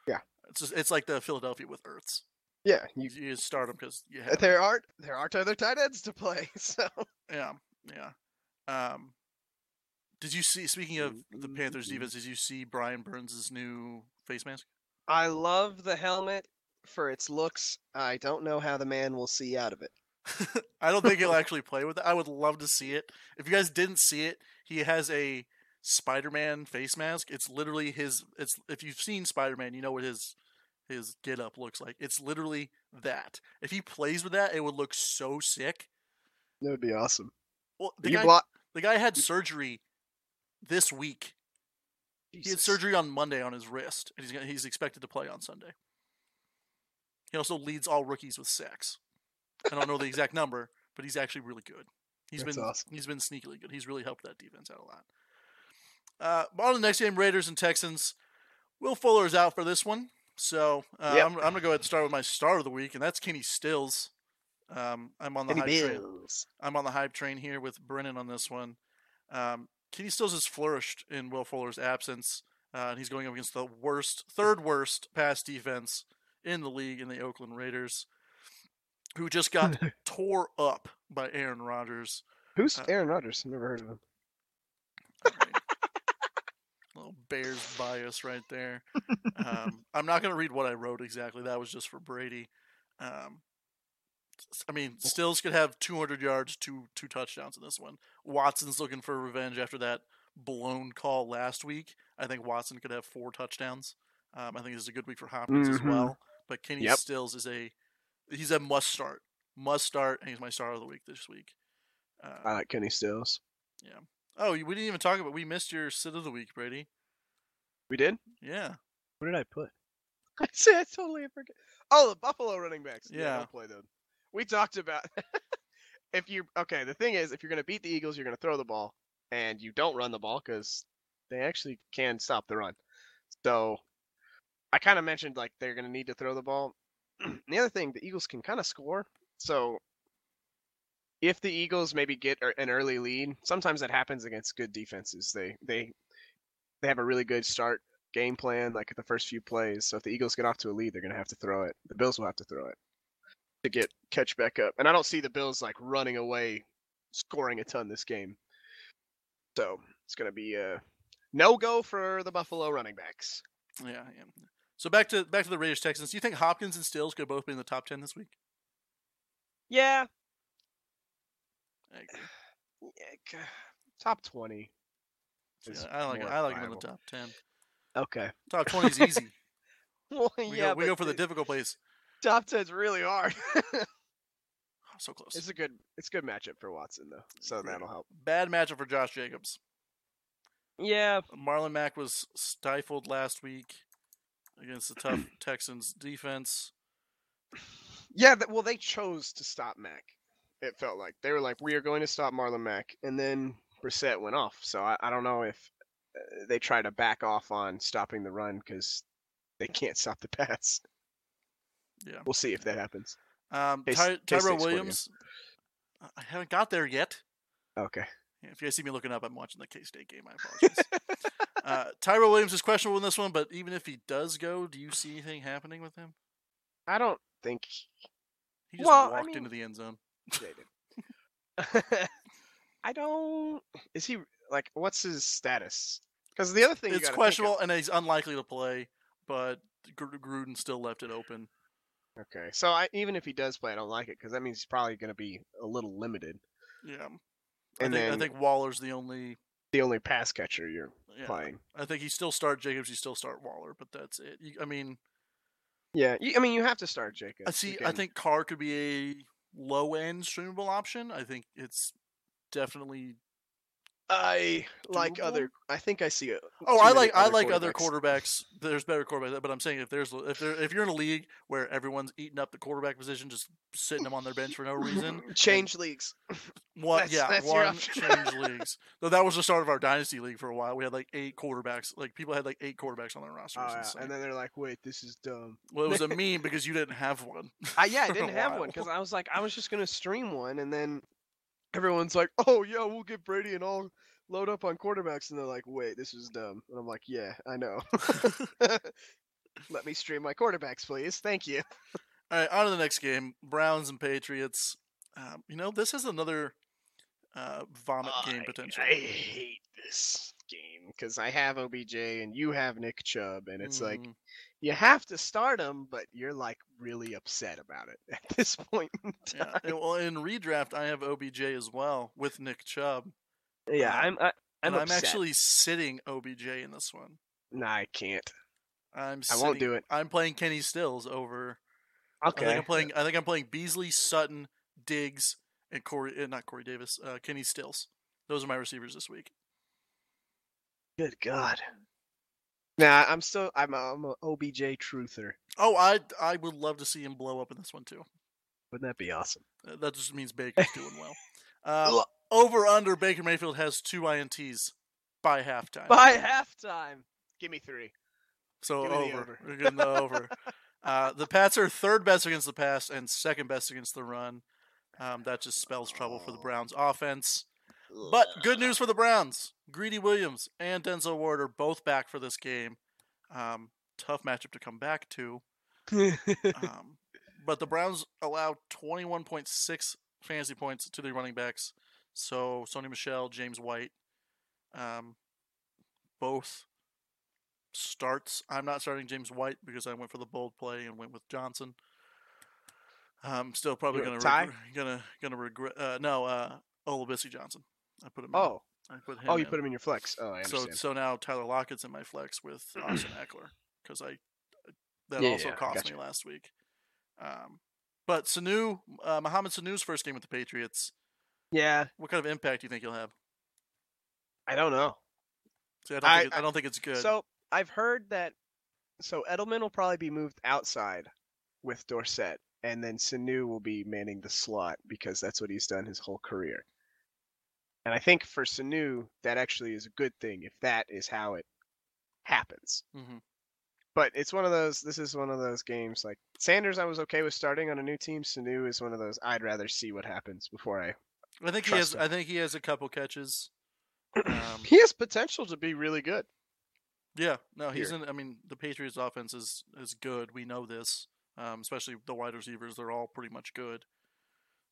Speaker 2: Yeah.
Speaker 1: it's just it's like the Philadelphia with Earths.
Speaker 2: Yeah, you,
Speaker 1: You, you just start him because you have
Speaker 2: there aren't there aren't other tight ends to play. So
Speaker 1: Yeah, yeah. Um, did you see? Speaking of
Speaker 2: Mm,
Speaker 1: the Panthers defense, did you see Brian Burns' new face mask?
Speaker 2: I love the helmet for its looks. I don't know how the man will see out of it.
Speaker 1: I don't think he'll actually play with it. I would love to see it. If you guys didn't see it, he has a Spider-Man face mask. It's literally his. It's if you've seen Spider-Man, you know what his his get-up looks like. It's literally that. If he plays with that, it would look so sick.
Speaker 2: That would be awesome.
Speaker 1: Well, the
Speaker 2: You
Speaker 1: guy,
Speaker 2: block.
Speaker 1: the guy had surgery this week. He had
Speaker 2: Jesus.
Speaker 1: surgery on Monday on his wrist, and he's gonna, he's expected to play on Sunday. He also leads all rookies with sacks. I don't know the exact number, but he's actually really good. He's
Speaker 2: That's
Speaker 1: been
Speaker 2: awesome.
Speaker 1: he's been sneakily good. He's really helped that defense out a lot. Uh, but on the next game, Raiders and Texans. Will Fuller is out for this one, so uh,
Speaker 2: Yep.
Speaker 1: I'm, I'm gonna go ahead and start with my star of the week, and that's Kenny Stills. Um, I'm on the
Speaker 2: Any
Speaker 1: hype train.
Speaker 2: bills?
Speaker 1: I'm on the hype train here with Brennan on this one. Um, Kenny Stills has flourished in Will Fuller's absence, uh, and he's going up against the worst, third worst pass defense in the league in the Oakland Raiders, who just got
Speaker 2: Hmm.
Speaker 1: tore up by Aaron Rodgers.
Speaker 2: Who's
Speaker 1: Uh,
Speaker 2: Aaron Rodgers? I've never heard of him.
Speaker 1: All right. Little Bears bias right there. Um, I'm not going to read what I wrote exactly. That was just for Brady. Um, s- I mean, Stills could have 200 yards, two two touchdowns in this one. Watson's looking for revenge after that blown call last week. I think Watson could have four touchdowns. Um, I think this is a good week for Hopkins as
Speaker 2: Mhm.
Speaker 1: well. But Kenny
Speaker 2: Yep.
Speaker 1: Stills is a he's a must start, must start, and he's my star of the week this week. Uh,
Speaker 2: I like Kenny Stills.
Speaker 1: Oh, you- we didn't even talk about. We missed your sit of the week, Brady.
Speaker 2: We did.
Speaker 1: Yeah,
Speaker 2: What did I put? I said I totally forget. Oh, the Buffalo running backs.
Speaker 1: Yeah.
Speaker 2: don't play them. We talked about if you okay. The thing is, if you're going to beat the Eagles, you're going to throw the ball, and you don't run the ball because they actually can stop the run. So I kind of mentioned like they're going to need to throw the ball. the other thing, the Eagles can kind of score. So if the Eagles maybe get er- an early lead, sometimes that happens against good defenses. They they they have a really good start game plan, like the first few plays. So if the Eagles get off to a lead, they're gonna have to throw it. The Bills will have to throw it to get catch back up. And I don't see the Bills like running away, scoring a ton this game. So it's gonna be a no go for the Buffalo running backs.
Speaker 1: yeah, yeah. So back to back to the Raiders Texans. Do you think Hopkins and Stills could both be in the top ten this week?
Speaker 2: Yeah,
Speaker 1: I agree.
Speaker 2: top twenty. is
Speaker 1: Yeah, I like
Speaker 2: more
Speaker 1: I like him in the
Speaker 2: viable.
Speaker 1: top ten.
Speaker 2: Okay.
Speaker 1: Top twenty is easy.
Speaker 2: Well,
Speaker 1: We
Speaker 2: yeah,
Speaker 1: go we go
Speaker 2: but
Speaker 1: for the
Speaker 2: the
Speaker 1: difficult place.
Speaker 2: top ten's really hard.
Speaker 1: Oh, so close.
Speaker 2: it's a good, it's a good matchup for Watson though, so
Speaker 1: Agreed.
Speaker 2: that'll help.
Speaker 1: Bad matchup for Josh Jacobs.
Speaker 2: Yeah,
Speaker 1: Marlon Mack was stifled last week against the tough Texans defense.
Speaker 2: Yeah, th well, they chose to stop Mac. It felt like they were like, we are going to stop Marlon Mack, and then Brissett went off. So I, I don't know if uh, they try to back off on stopping the run because they can't stop the pass.
Speaker 1: Yeah.
Speaker 2: We'll see if that happens.
Speaker 1: Um,
Speaker 2: Case-
Speaker 1: Ty-
Speaker 2: Case
Speaker 1: Tyrell
Speaker 2: Six, what do you-
Speaker 1: Williams. I- I haven't got there yet.
Speaker 2: Okay.
Speaker 1: Yeah, If you guys see me looking up, I'm watching the K State game. I apologize. uh, Tyro Williams is questionable in this one, but even if he does go, do you see anything happening with him?
Speaker 2: I don't think
Speaker 1: He just
Speaker 2: Well, I
Speaker 1: walked
Speaker 2: mean-
Speaker 1: into the end zone.
Speaker 2: they did. I don't. Is he like? What's his status? Because the other thing you
Speaker 1: It's
Speaker 2: gotta think of-
Speaker 1: questionable, and he's unlikely to play, but Gr- Gruden still left it open.
Speaker 2: Okay, so I, even if he does play, I don't like it because that means he's probably going to be a little limited.
Speaker 1: Yeah. I
Speaker 2: And
Speaker 1: think, I
Speaker 2: then
Speaker 1: think Waller's the only.
Speaker 2: the only pass catcher you're
Speaker 1: Yeah,
Speaker 2: playing.
Speaker 1: I think you still start Jacobs, you still start Waller, but that's it. You, I mean,
Speaker 2: Yeah, you, I mean you have to start Jacob.
Speaker 1: I
Speaker 2: You
Speaker 1: Uh, see. I
Speaker 2: can-
Speaker 1: think Carr could be a low end streamable option. I think it's definitely
Speaker 2: I like
Speaker 1: Doable?
Speaker 2: other. I think I see it.
Speaker 1: Oh, I like I like other quarterbacks. There's better quarterbacks, but I'm saying if there's if there if you're in a league where everyone's eating up the quarterback position, just sitting them on their bench for no reason.
Speaker 2: Change leagues.
Speaker 1: One,
Speaker 2: That's-
Speaker 1: yeah,
Speaker 2: that's your
Speaker 1: one
Speaker 2: option.
Speaker 1: change leagues. Though that was the start of our dynasty league for a while. We had like eight quarterbacks. Like people had like eight quarterbacks on their rosters.
Speaker 2: Uh,
Speaker 1: It's like-
Speaker 2: and then they're like, "Wait, this is dumb."
Speaker 1: well, it was a meme because you didn't have one.
Speaker 2: I, yeah, I
Speaker 1: for a
Speaker 2: didn't have one because I was like, I was just gonna stream one, and then everyone's like, "Oh yeah, we'll get Brady and all load up on quarterbacks," and they're like, "Wait, this is dumb," and I'm like, "Yeah, I know." Let me stream my quarterbacks, please. Thank you.
Speaker 1: All right, on to the next game: Browns and Patriots. Um, you know, this is another uh, vomit game
Speaker 2: I-
Speaker 1: potential.
Speaker 2: I hate this game because I have OBJ and you have Nick Chubb, and it's like
Speaker 1: Mm,
Speaker 2: you have to start him, but you're like really upset about it at this point. in
Speaker 1: yeah.
Speaker 2: time.
Speaker 1: And, well, in redraft, I have OBJ as well with Nick Chubb.
Speaker 2: yeah, I'm. I, I'm,
Speaker 1: and I'm
Speaker 2: upset.
Speaker 1: actually sitting OBJ in this one.
Speaker 2: Nah, I can't.
Speaker 1: I'm
Speaker 2: I
Speaker 1: sitting,
Speaker 2: won't do it.
Speaker 1: I'm playing Kenny Stills over. I
Speaker 2: Okay.
Speaker 1: think I'm playing. I think I'm playing Beasley, Sutton, Diggs, and Corey. Uh, not Corey Davis. Uh, Kenny Stills. Those are my receivers this week.
Speaker 2: Good God. Nah, I'm still. I'm. A, I'm a OBJ truther.
Speaker 1: Oh, I I would love to see him blow up in this one too.
Speaker 2: Wouldn't that be awesome?
Speaker 1: Uh, That just means Baker's doing well. Um, over under Baker Mayfield has two ints by halftime.
Speaker 2: By halftime, give me three.
Speaker 1: So
Speaker 2: Give me the
Speaker 1: over.
Speaker 2: over.
Speaker 1: We're getting the over. Uh, the Pats are third best against the pass and second best against the run. Um, that just spells trouble for the
Speaker 2: Oh.
Speaker 1: Browns offense. But good news for the Browns. Greedy Williams and Denzel Ward are both back for this game. Um, tough matchup to come back to. Um, but the Browns allow 21.6 fantasy points to their running backs. So Sony Michelle, James White, um, both starts. I'm not starting James White because I went for the bold play and went with Johnson. I'm still probably
Speaker 2: You
Speaker 1: gonna
Speaker 2: went
Speaker 1: regr- gonna gonna regret. Uh, no, uh, Olabisi Johnson. I put him.
Speaker 2: oh,
Speaker 1: in. I put him.
Speaker 2: oh, you
Speaker 1: in.
Speaker 2: put him in your flex. Oh, I
Speaker 1: So
Speaker 2: understand.
Speaker 1: so now Tyler Lockett's in my flex with Austin Eckler because I uh, that
Speaker 2: Yeah,
Speaker 1: also
Speaker 2: yeah,
Speaker 1: cost
Speaker 2: gotcha.
Speaker 1: me last week. Um, but Sanu, uh, Mohamed Sanu's first game with the Patriots.
Speaker 2: yeah,
Speaker 1: What kind of impact do you think he'll have?
Speaker 2: I don't know.
Speaker 1: See, I don't,
Speaker 2: I-
Speaker 1: think it- I,
Speaker 2: I-
Speaker 1: don't think it's good.
Speaker 2: So I've heard that. So Edelman will probably be moved outside with Dorset, and then Sanu will be manning the slot because that's what he's done his whole career. And I think for Sanu, that actually is a good thing if that is how it happens.
Speaker 1: hmm
Speaker 2: But it's one of those. This is one of those games. Like Sanders, I was okay with starting on a new team. Sanu is one of those. I'd rather see what happens before I.
Speaker 1: I think he has.
Speaker 2: trust him.
Speaker 1: I think he has a couple catches. Um,
Speaker 2: He has potential to be really good.
Speaker 1: yeah, no, he's
Speaker 2: Here.
Speaker 1: in. I mean, the Patriots' offense is is good. We know this, um, especially the wide receivers. They're all pretty much good.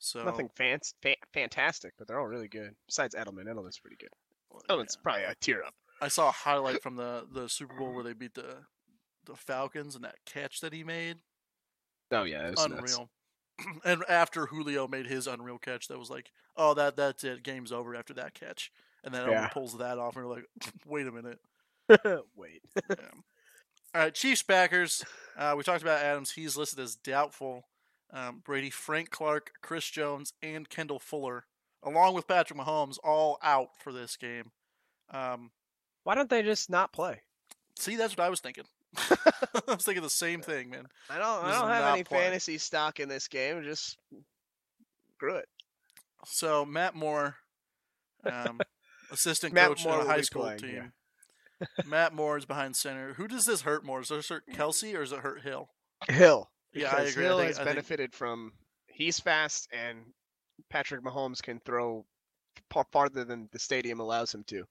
Speaker 1: So
Speaker 2: Nothing fancy, fa- fantastic, but they're all really good. Besides Edelman, Edelman's pretty good.
Speaker 1: well,
Speaker 2: Oh,
Speaker 1: yeah.
Speaker 2: it's probably a tear up.
Speaker 1: I saw a highlight from the the Super Bowl where they beat the the Falcons and that catch that he made.
Speaker 2: Oh yeah, it
Speaker 1: unreal. and after Julio made his unreal catch, that was like, oh, that that's it. Game's over after that catch. And then
Speaker 2: Yeah.
Speaker 1: Elway pulls that off, and we're like, wait a minute.
Speaker 2: Wait.
Speaker 1: Yeah. All right, Chiefs Packers. Uh, we talked about Adams. He's listed as doubtful. Um, Brady, Frank Clark, Chris Jones, and Kendall Fuller, along with Patrick Mahomes, all out for this game. Um,
Speaker 2: Why don't they just not play?
Speaker 1: see, that's what I was thinking. I was thinking the same thing, man.
Speaker 2: I don't. I
Speaker 1: Just
Speaker 2: don't have
Speaker 1: not
Speaker 2: any
Speaker 1: play.
Speaker 2: fantasy stock in this game. Just screw it.
Speaker 1: So Matt Moore, um, assistant
Speaker 2: Matt
Speaker 1: coach
Speaker 2: Moore
Speaker 1: in
Speaker 2: will
Speaker 1: a high
Speaker 2: be
Speaker 1: school
Speaker 2: playing, yeah.
Speaker 1: team. Matt Moore is behind center. Who does this hurt more? Does this hurt Kelsey or does it hurt Hill?
Speaker 2: Hill.
Speaker 1: Yeah, I
Speaker 2: because
Speaker 1: agree. I
Speaker 2: Hill
Speaker 1: think-
Speaker 2: has
Speaker 1: I think-
Speaker 2: benefited from he's fast and Patrick Mahomes can throw far farther than the stadium allows him to.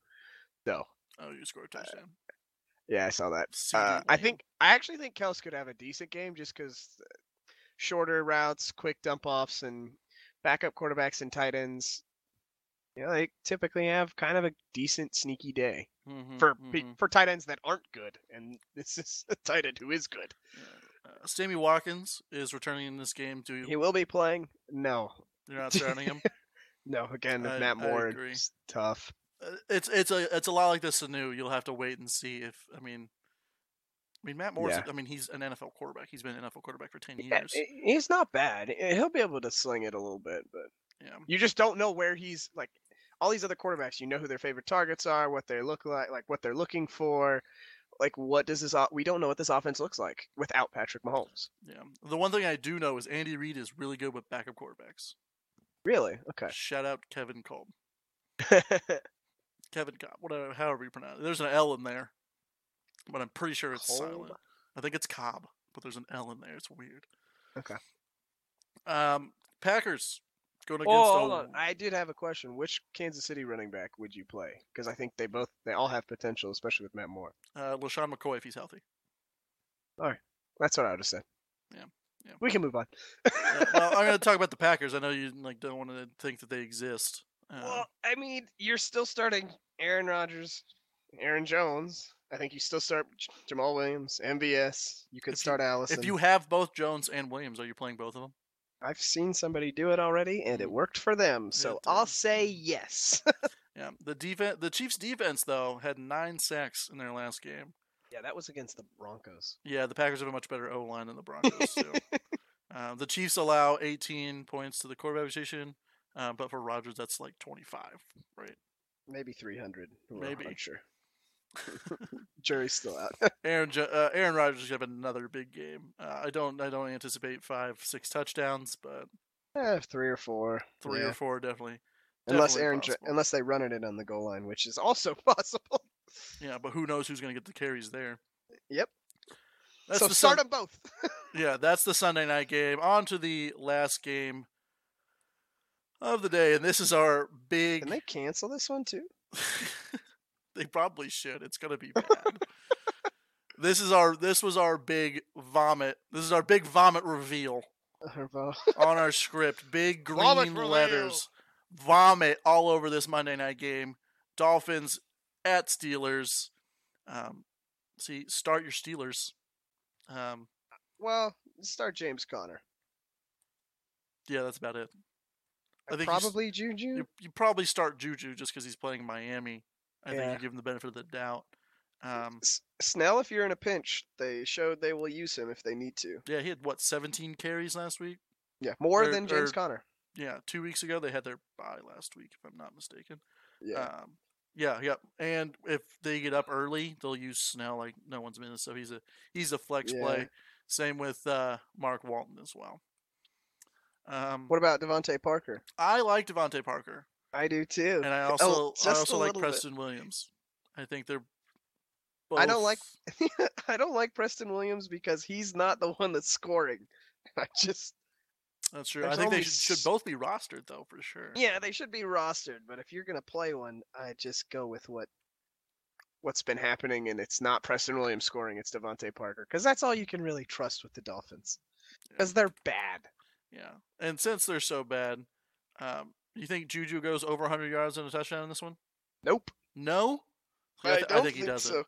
Speaker 2: So
Speaker 1: Oh, you scored a touchdown.
Speaker 2: yeah, I saw that.
Speaker 1: CD
Speaker 2: Uh, I
Speaker 1: Lamb.
Speaker 2: think I actually think Kels could have a decent game just because shorter routes, quick dump offs, and backup quarterbacks and tight ends. You know, they typically have kind of a decent sneaky day
Speaker 1: Mhm,
Speaker 2: for pe
Speaker 1: mhm.
Speaker 2: for tight ends that aren't good, and this is a tight end who is good.
Speaker 1: Uh, Sammy Watkins is returning in this game. Do
Speaker 2: He
Speaker 1: you,
Speaker 2: will be playing. No,
Speaker 1: you're not starting him?
Speaker 2: no. Again, with
Speaker 1: I-
Speaker 2: Matt
Speaker 1: I
Speaker 2: Moore,
Speaker 1: agree.
Speaker 2: it's tough.
Speaker 1: Uh, It's it's a it's a lot like this Sanu. You'll have to wait and see if I mean, I mean Matt Moore's.
Speaker 2: Yeah.
Speaker 1: I mean he's an NFL quarterback. He's been an NFL quarterback for ten
Speaker 2: Yeah,
Speaker 1: years.
Speaker 2: he- he's not bad. He'll be able to sling it a little bit, but
Speaker 1: Yeah.
Speaker 2: you just don't know where he's like. all these other quarterbacks, you know who their favorite targets are, what they look like, like what they're looking for. Like, what does this? o- We don't know what this offense looks like without Patrick Mahomes.
Speaker 1: Yeah. The one thing I do know is Andy Reid is really good with backup quarterbacks.
Speaker 2: Really? Okay.
Speaker 1: Shout out Kevin Kolb. Kevin Cobb, whatever, however you pronounce it. There's an L in there, but I'm pretty sure it's
Speaker 2: Kolb?
Speaker 1: silent. I think it's Cobb, but there's an L in there. It's weird.
Speaker 2: Okay.
Speaker 1: Um, Packers going against.
Speaker 2: oh, hold
Speaker 1: a-
Speaker 2: on. I did have a question. Which Kansas City running back would you play? Because I think they both, they all have potential, especially with Matt Moore.
Speaker 1: uh, LaShawn McCoy if he's healthy.
Speaker 2: That's what I would have said.
Speaker 1: Yeah, yeah.
Speaker 2: We can move on.
Speaker 1: Yeah, well, I'm going to talk about the Packers. I know you like don't want to think that they exist. Um,
Speaker 2: Well, I mean, you're still starting Aaron Rodgers, Aaron Jones. I think you still start J- Jamal Williams, MVS. You could
Speaker 1: If you-
Speaker 2: start Allison.
Speaker 1: if you have both Jones and Williams, are you playing both of them?
Speaker 2: I've seen somebody do it already, and it worked for them. So
Speaker 1: it
Speaker 2: I'll
Speaker 1: Mm. did.
Speaker 2: say yes.
Speaker 1: Yeah. The defense, the Chiefs' defense though had nine sacks in their last game.
Speaker 2: yeah, that was against the Broncos.
Speaker 1: Yeah, the Packers have a much better O line than the Broncos. do. um, the Chiefs allow 18 points to the quarterback position, um, but for Rodgers, that's like 25.
Speaker 2: Maybe 300. We're
Speaker 1: Maybe.
Speaker 2: unsure. Jury's still out.
Speaker 1: Aaron Jo- uh, Aaron Rodgers should have another big game. Uh, I don't I don't anticipate five six touchdowns, but
Speaker 2: Eh, three or four.
Speaker 1: three
Speaker 2: Yeah.
Speaker 1: or four definitely.
Speaker 2: unless
Speaker 1: definitely
Speaker 2: Aaron, Jo-
Speaker 1: possible.
Speaker 2: unless they run it in on the goal line, which is also possible.
Speaker 1: Yeah, but who knows who's going to get the carries there?
Speaker 2: Yep.
Speaker 1: That's
Speaker 2: so
Speaker 1: the
Speaker 2: start
Speaker 1: Sun-
Speaker 2: them both.
Speaker 1: yeah, that's the Sunday night game. On to the last game of the day, and this is our big.
Speaker 2: Can they cancel this one too?
Speaker 1: they probably should. It's gonna be bad. this is our this was our big vomit. This is our big vomit reveal
Speaker 2: Herbo.
Speaker 1: on our script. Big
Speaker 2: Vomit
Speaker 1: green
Speaker 2: reveal.
Speaker 1: letters. Vomit all over this Monday night game. Dolphins at Steelers. Um, see, start your Steelers. Um,
Speaker 2: Well, start James Conner.
Speaker 1: yeah, that's about it. I think he's-
Speaker 2: probably Juju.
Speaker 1: You, you probably start Juju just because he's playing Miami. I think
Speaker 2: Yeah.
Speaker 1: you give him the benefit of the doubt. Um,
Speaker 2: S- Snell, if you're in a pinch, they showed they will use him if they need to.
Speaker 1: Yeah, he had what 17 carries last week.
Speaker 2: Yeah, more
Speaker 1: Or-
Speaker 2: than James
Speaker 1: or-
Speaker 2: Conner.
Speaker 1: Yeah, two weeks ago they had their bye last week, if I'm not mistaken.
Speaker 2: Yeah,
Speaker 1: Um, yeah, yeah. And if they get up early, they'll use Snell like no one's business. So he's a he's a flex
Speaker 2: Yeah.
Speaker 1: play. Same with uh, Mark Walton as well. Um,
Speaker 2: What about Devonte Parker?
Speaker 1: I like Devontae Parker,
Speaker 2: I do too.
Speaker 1: and I
Speaker 2: Oh,
Speaker 1: also I
Speaker 2: just a
Speaker 1: also like
Speaker 2: little bit.
Speaker 1: Preston Williams. I think they're.
Speaker 2: I don't like-
Speaker 1: both-
Speaker 2: I don't like Preston Williams because he's not the one that's scoring. I just
Speaker 1: That's true. I
Speaker 2: there's
Speaker 1: think they
Speaker 2: only
Speaker 1: should, should
Speaker 2: s-
Speaker 1: both be rostered though, for sure.
Speaker 2: yeah, they should be rostered. But if you're gonna play one, I just go with what what's been happening, and it's not Preston Williams scoring; it's Devonte Parker because that's all you can really trust with the Dolphins because they're bad.
Speaker 1: Yeah, and since they're so bad, um, you think Juju goes over 100 yards and a touchdown in this one?
Speaker 2: Nope.
Speaker 1: No, I, th- think he does
Speaker 2: so.
Speaker 1: it.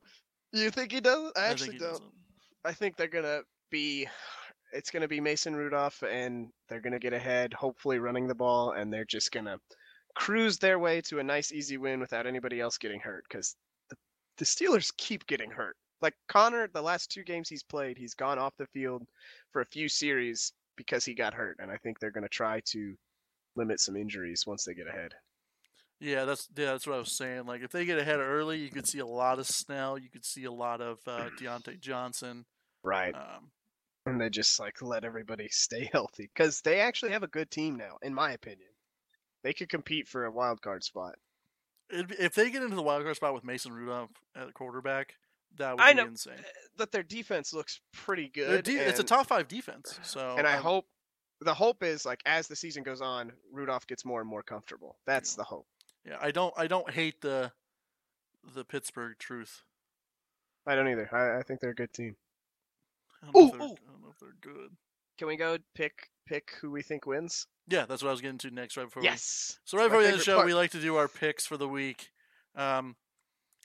Speaker 2: You think he does? I,
Speaker 1: I
Speaker 2: actually
Speaker 1: think he
Speaker 2: don't.
Speaker 1: does it.
Speaker 2: I think they're gonna be. It's gonna be Mason Rudolph, and they're gonna get ahead. Hopefully, running the ball, and they're just gonna cruise their way to a nice, easy win without anybody else getting hurt. Because the, the Steelers keep getting hurt. Like Connor, the last two games he's played, he's gone off the field for a few series because he got hurt, and I think they're gonna try to limit some injuries once they get ahead.
Speaker 1: Yeah, that's yeah, that's what I was saying. Like if they get ahead early, you could see a lot of Snell. You could see a lot of uh, Deontay Johnson.
Speaker 2: Right.
Speaker 1: Um,
Speaker 2: and they just like let everybody stay healthy because they actually have a good team now, in my opinion. They could compete for a wild card spot.
Speaker 1: it'd be- if they get into the wild card spot with Mason Rudolph at quarterback, that would
Speaker 2: I
Speaker 1: be
Speaker 2: know.
Speaker 1: insane.
Speaker 2: But their defense looks pretty
Speaker 1: Their
Speaker 2: good.
Speaker 1: de- it's a
Speaker 2: and-
Speaker 1: top five defense. So
Speaker 2: and I
Speaker 1: I'm-
Speaker 2: hope the hope is like as the season goes on, Rudolph gets more and more comfortable. That's
Speaker 1: Yeah.
Speaker 2: the hope.
Speaker 1: Yeah, I don't I don't hate the the Pittsburgh truth.
Speaker 2: I don't either. I, I think they're a good team.
Speaker 1: I don't, know if
Speaker 2: Ooh,
Speaker 1: they're-
Speaker 2: ooh.
Speaker 1: I don't know if they're good.
Speaker 2: Can we go pick pick who we think wins?
Speaker 1: Yeah, that's what I was getting to next right before. We,
Speaker 2: Yes.
Speaker 1: so right
Speaker 2: my
Speaker 1: before the end of the
Speaker 2: favorite
Speaker 1: show, we
Speaker 2: part.
Speaker 1: like to do our picks for the week. Um,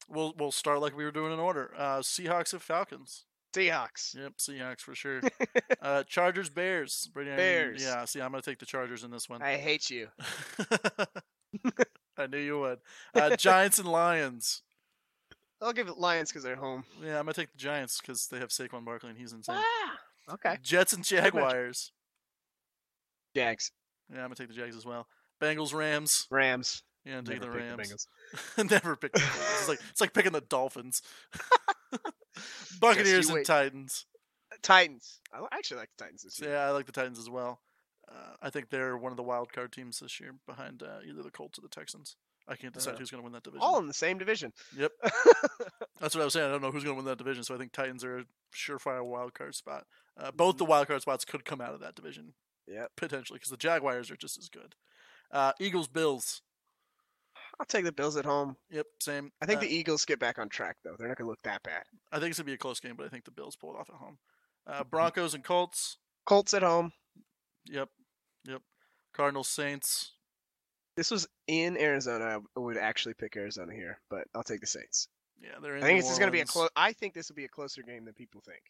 Speaker 1: we'll we'll start like we were doing in order. Uh, Seahawks at Falcons.
Speaker 2: Seahawks.
Speaker 1: Yep, Seahawks for sure. uh, Chargers Bears. Brady, I-
Speaker 2: Bears.
Speaker 1: Yeah, see, I'm gonna take the Chargers in this one. I,
Speaker 2: I hate you.
Speaker 1: knew you would. Uh, Giants and Lions.
Speaker 2: I'll give it Lions because they're home.
Speaker 1: Yeah, I'm gonna take the Giants because they have Saquon Barkley and he's insane.
Speaker 2: Ah, okay.
Speaker 1: Jets and
Speaker 2: matchup.
Speaker 1: Jaguars.
Speaker 2: Jags.
Speaker 1: Yeah, I'm gonna take the Jags as well. Bengals Rams.
Speaker 2: Rams.
Speaker 1: Yeah, and taking the
Speaker 2: Never pick
Speaker 1: Rams.
Speaker 2: Bengals.
Speaker 1: Never pick. The Bengals. It's like it's like picking the Dolphins, Buccaneers, and
Speaker 2: wait.
Speaker 1: Titans.
Speaker 2: Titans. I li- actually like the Titans this
Speaker 1: So,
Speaker 2: year.
Speaker 1: yeah, I like the Titans as well. Uh, I think they're one of the wild card teams this year, behind uh, either the Colts or the Texans. I can't decide
Speaker 2: Uh,
Speaker 1: who's going to win that division.
Speaker 2: All in the same division.
Speaker 1: Yep. That's what I was saying. I don't know who's going to win that division, so I think Titans are a surefire wild card spot. Uh, both the wild card spots could come out of that division.
Speaker 2: Mm-hmm. Yep.
Speaker 1: potentially because the Jaguars are just as good. Uh, Eagles, Bills.
Speaker 2: I'll take the Bills at home.
Speaker 1: Yep, same.
Speaker 2: I think
Speaker 1: Uh,
Speaker 2: the Eagles get back on track though. They're not gonna look that bad.
Speaker 1: I think it's gonna be a close game, but I think the Bills pull it off at home. Uh, Broncos and Colts.
Speaker 2: Colts at home.
Speaker 1: Yep, yep. Cardinals, Saints.
Speaker 2: This was in Arizona. I would actually pick Arizona here, but I'll take the Saints.
Speaker 1: Yeah, they're in.
Speaker 2: I think
Speaker 1: New
Speaker 2: this is going to be a
Speaker 1: Orleans.
Speaker 2: close. I think this will be a closer game than people think.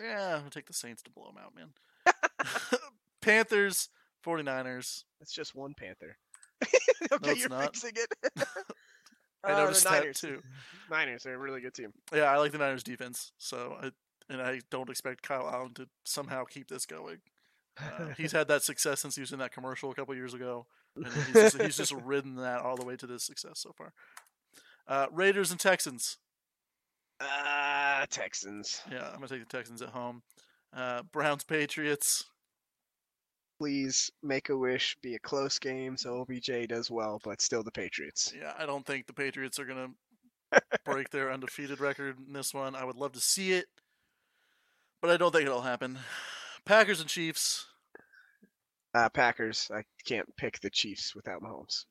Speaker 1: Yeah, I'll take the Saints to blow them out, man. Panthers, 49ers.
Speaker 2: It's just one Panther.
Speaker 1: No,
Speaker 2: okay,
Speaker 1: it's
Speaker 2: you're
Speaker 1: not.
Speaker 2: fixing it.
Speaker 1: I
Speaker 2: Uh,
Speaker 1: noticed
Speaker 2: the
Speaker 1: that
Speaker 2: Niners.
Speaker 1: too.
Speaker 2: Niners are a really good team.
Speaker 1: Yeah, I like the Niners defense. So, I, and I don't expect Kyle Allen to somehow keep this going. Uh, he's had that success since he was in that commercial a couple years ago, and he's just, he's just ridden that all the way to this success so far. Uh, Raiders and Texans.
Speaker 2: Ah, Texans.
Speaker 1: Yeah, I'm gonna take the Texans at home. Uh, Browns Patriots.
Speaker 2: Please make a wish. Be a close game, so OBJ does well, but still the Patriots.
Speaker 1: Yeah, I don't think the Patriots are gonna break their undefeated record in this one. I would love to see it, but I don't think it'll happen. Packers and Chiefs.
Speaker 2: Uh, Packers. I can't pick the Chiefs without Mahomes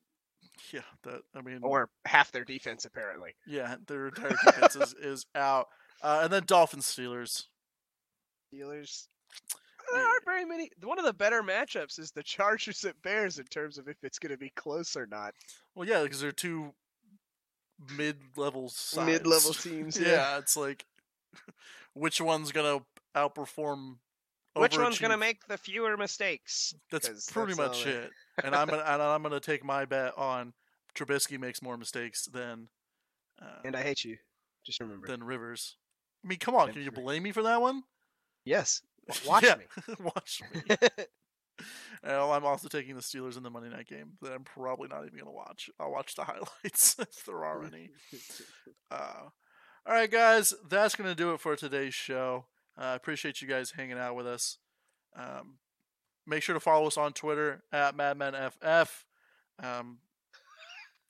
Speaker 1: Yeah, that I mean,
Speaker 2: or half their defense apparently.
Speaker 1: yeah, their entire defense is, is out. Uh, and then Dolphins Steelers.
Speaker 2: Steelers. uh,
Speaker 1: Yeah.
Speaker 2: There aren't very many. One of the better matchups is the Chargers at Bears in terms of if it's going to be close or not.
Speaker 1: Well, yeah, because they're two mid-level sides.
Speaker 2: Mid-level teams.
Speaker 1: yeah. it's like which one's gonna outperform?
Speaker 2: Which one's going to
Speaker 1: overachieve?
Speaker 2: make the fewer mistakes?
Speaker 1: That's
Speaker 2: 'Cause
Speaker 1: pretty
Speaker 2: that's
Speaker 1: much
Speaker 2: all
Speaker 1: it. And I'm gonna and I'm gonna take my bet on Trubisky makes more mistakes than uh,
Speaker 2: And I hate you. Just remember.
Speaker 1: than Rivers. I mean, come on,
Speaker 2: And
Speaker 1: can you
Speaker 2: Rivers.
Speaker 1: blame me for that one?
Speaker 2: Yes. W- Watch
Speaker 1: Yeah.
Speaker 2: me.
Speaker 1: Watch me. Oh, I'm also taking the Steelers in the Monday night game that I'm probably not even gonna watch. I'll watch the highlights if there are any. Uh, all right, guys, that's going to do it for today's show. Uh, I appreciate you guys hanging out with us. Um, make sure to follow us on Twitter at MadmenFF. Um,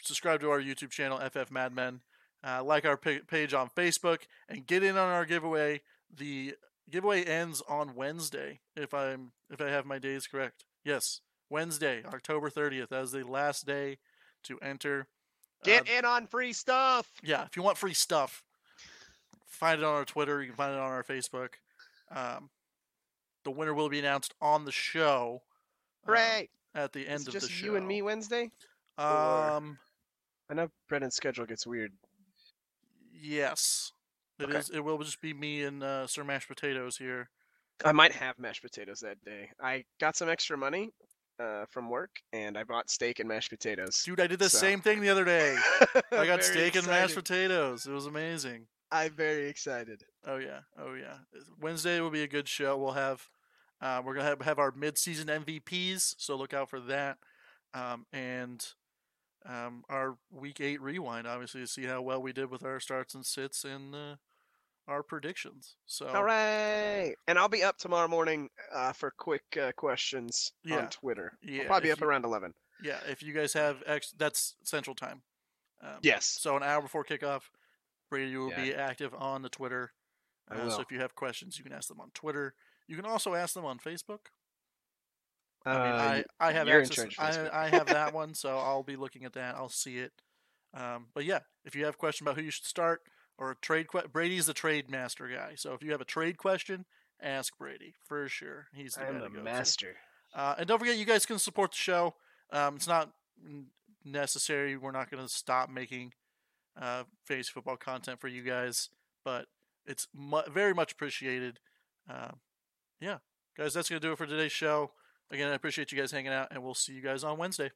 Speaker 1: subscribe to our YouTube channel, FF Madmen. Uh, like our pa- page on Facebook and get in on our giveaway. The giveaway ends on Wednesday, if I'm if I have my days correct. Yes, Wednesday, October 30th. That is the last day to enter. Uh,
Speaker 2: Get in on free stuff.
Speaker 1: yeah, if you want free stuff, find it on our Twitter. You can find it on our Facebook. Um, the winner will be announced on the show. um,
Speaker 2: Hooray.
Speaker 1: at the end
Speaker 2: it's
Speaker 1: of
Speaker 2: just
Speaker 1: the show.
Speaker 2: you and me Wednesday. or-
Speaker 1: Um,
Speaker 2: I know Brendan's schedule gets weird.
Speaker 1: yes, it is.
Speaker 2: Okay.
Speaker 1: It will just be me and uh, Sir Mashed Potatoes here.
Speaker 2: I might have mashed potatoes that day. I got some extra money uh, from work, and I bought steak and mashed potatoes.
Speaker 1: Dude, I did the
Speaker 2: So-
Speaker 1: same thing the other day. I got
Speaker 2: Very
Speaker 1: steak and mashed
Speaker 2: excited.
Speaker 1: potatoes. It was amazing.
Speaker 2: I'm very excited.
Speaker 1: Oh yeah, oh yeah. Wednesday will be a good show. We'll have uh, we're gonna have, have our mid-season MVPs, so look out for that. Um, and um, our week eight rewind, obviously, to see how well we did with our starts and sits and uh, our predictions. So
Speaker 2: All right, and I'll be up tomorrow morning uh, for quick uh, questions
Speaker 1: Yeah.
Speaker 2: on Twitter.
Speaker 1: Yeah,
Speaker 2: I'll probably be
Speaker 1: if
Speaker 2: up
Speaker 1: you-
Speaker 2: around eleven.
Speaker 1: yeah, if you guys have ex- that's Central Time. Um,
Speaker 2: Yes.
Speaker 1: So an hour before kickoff, Brady will
Speaker 2: Yeah.
Speaker 1: be active on the Twitter.
Speaker 2: I
Speaker 1: Uh, so
Speaker 2: will.
Speaker 1: if you have questions, you can ask them on Twitter. You can also ask them on Facebook.
Speaker 2: I
Speaker 1: I mean, I, I have
Speaker 2: Uh, you're in
Speaker 1: access.
Speaker 2: charge of Facebook.
Speaker 1: I, I have that one, so I'll be looking at that. I'll see it. Um, but yeah, if you have a question about who you should start or a trade, que- Brady's the trade master guy. So if you have a trade question, ask Brady for sure. He's the guy
Speaker 2: am
Speaker 1: to
Speaker 2: a
Speaker 1: go to.
Speaker 2: master.
Speaker 1: Uh, and don't forget, you guys can support the show. Um, it's not n- necessary. We're not going to stop making uh, face football content for you guys, but it's mu- very much appreciated. Uh, yeah, guys, that's going to do it for today's show. Again, I appreciate you guys hanging out, and we'll see you guys on Wednesday.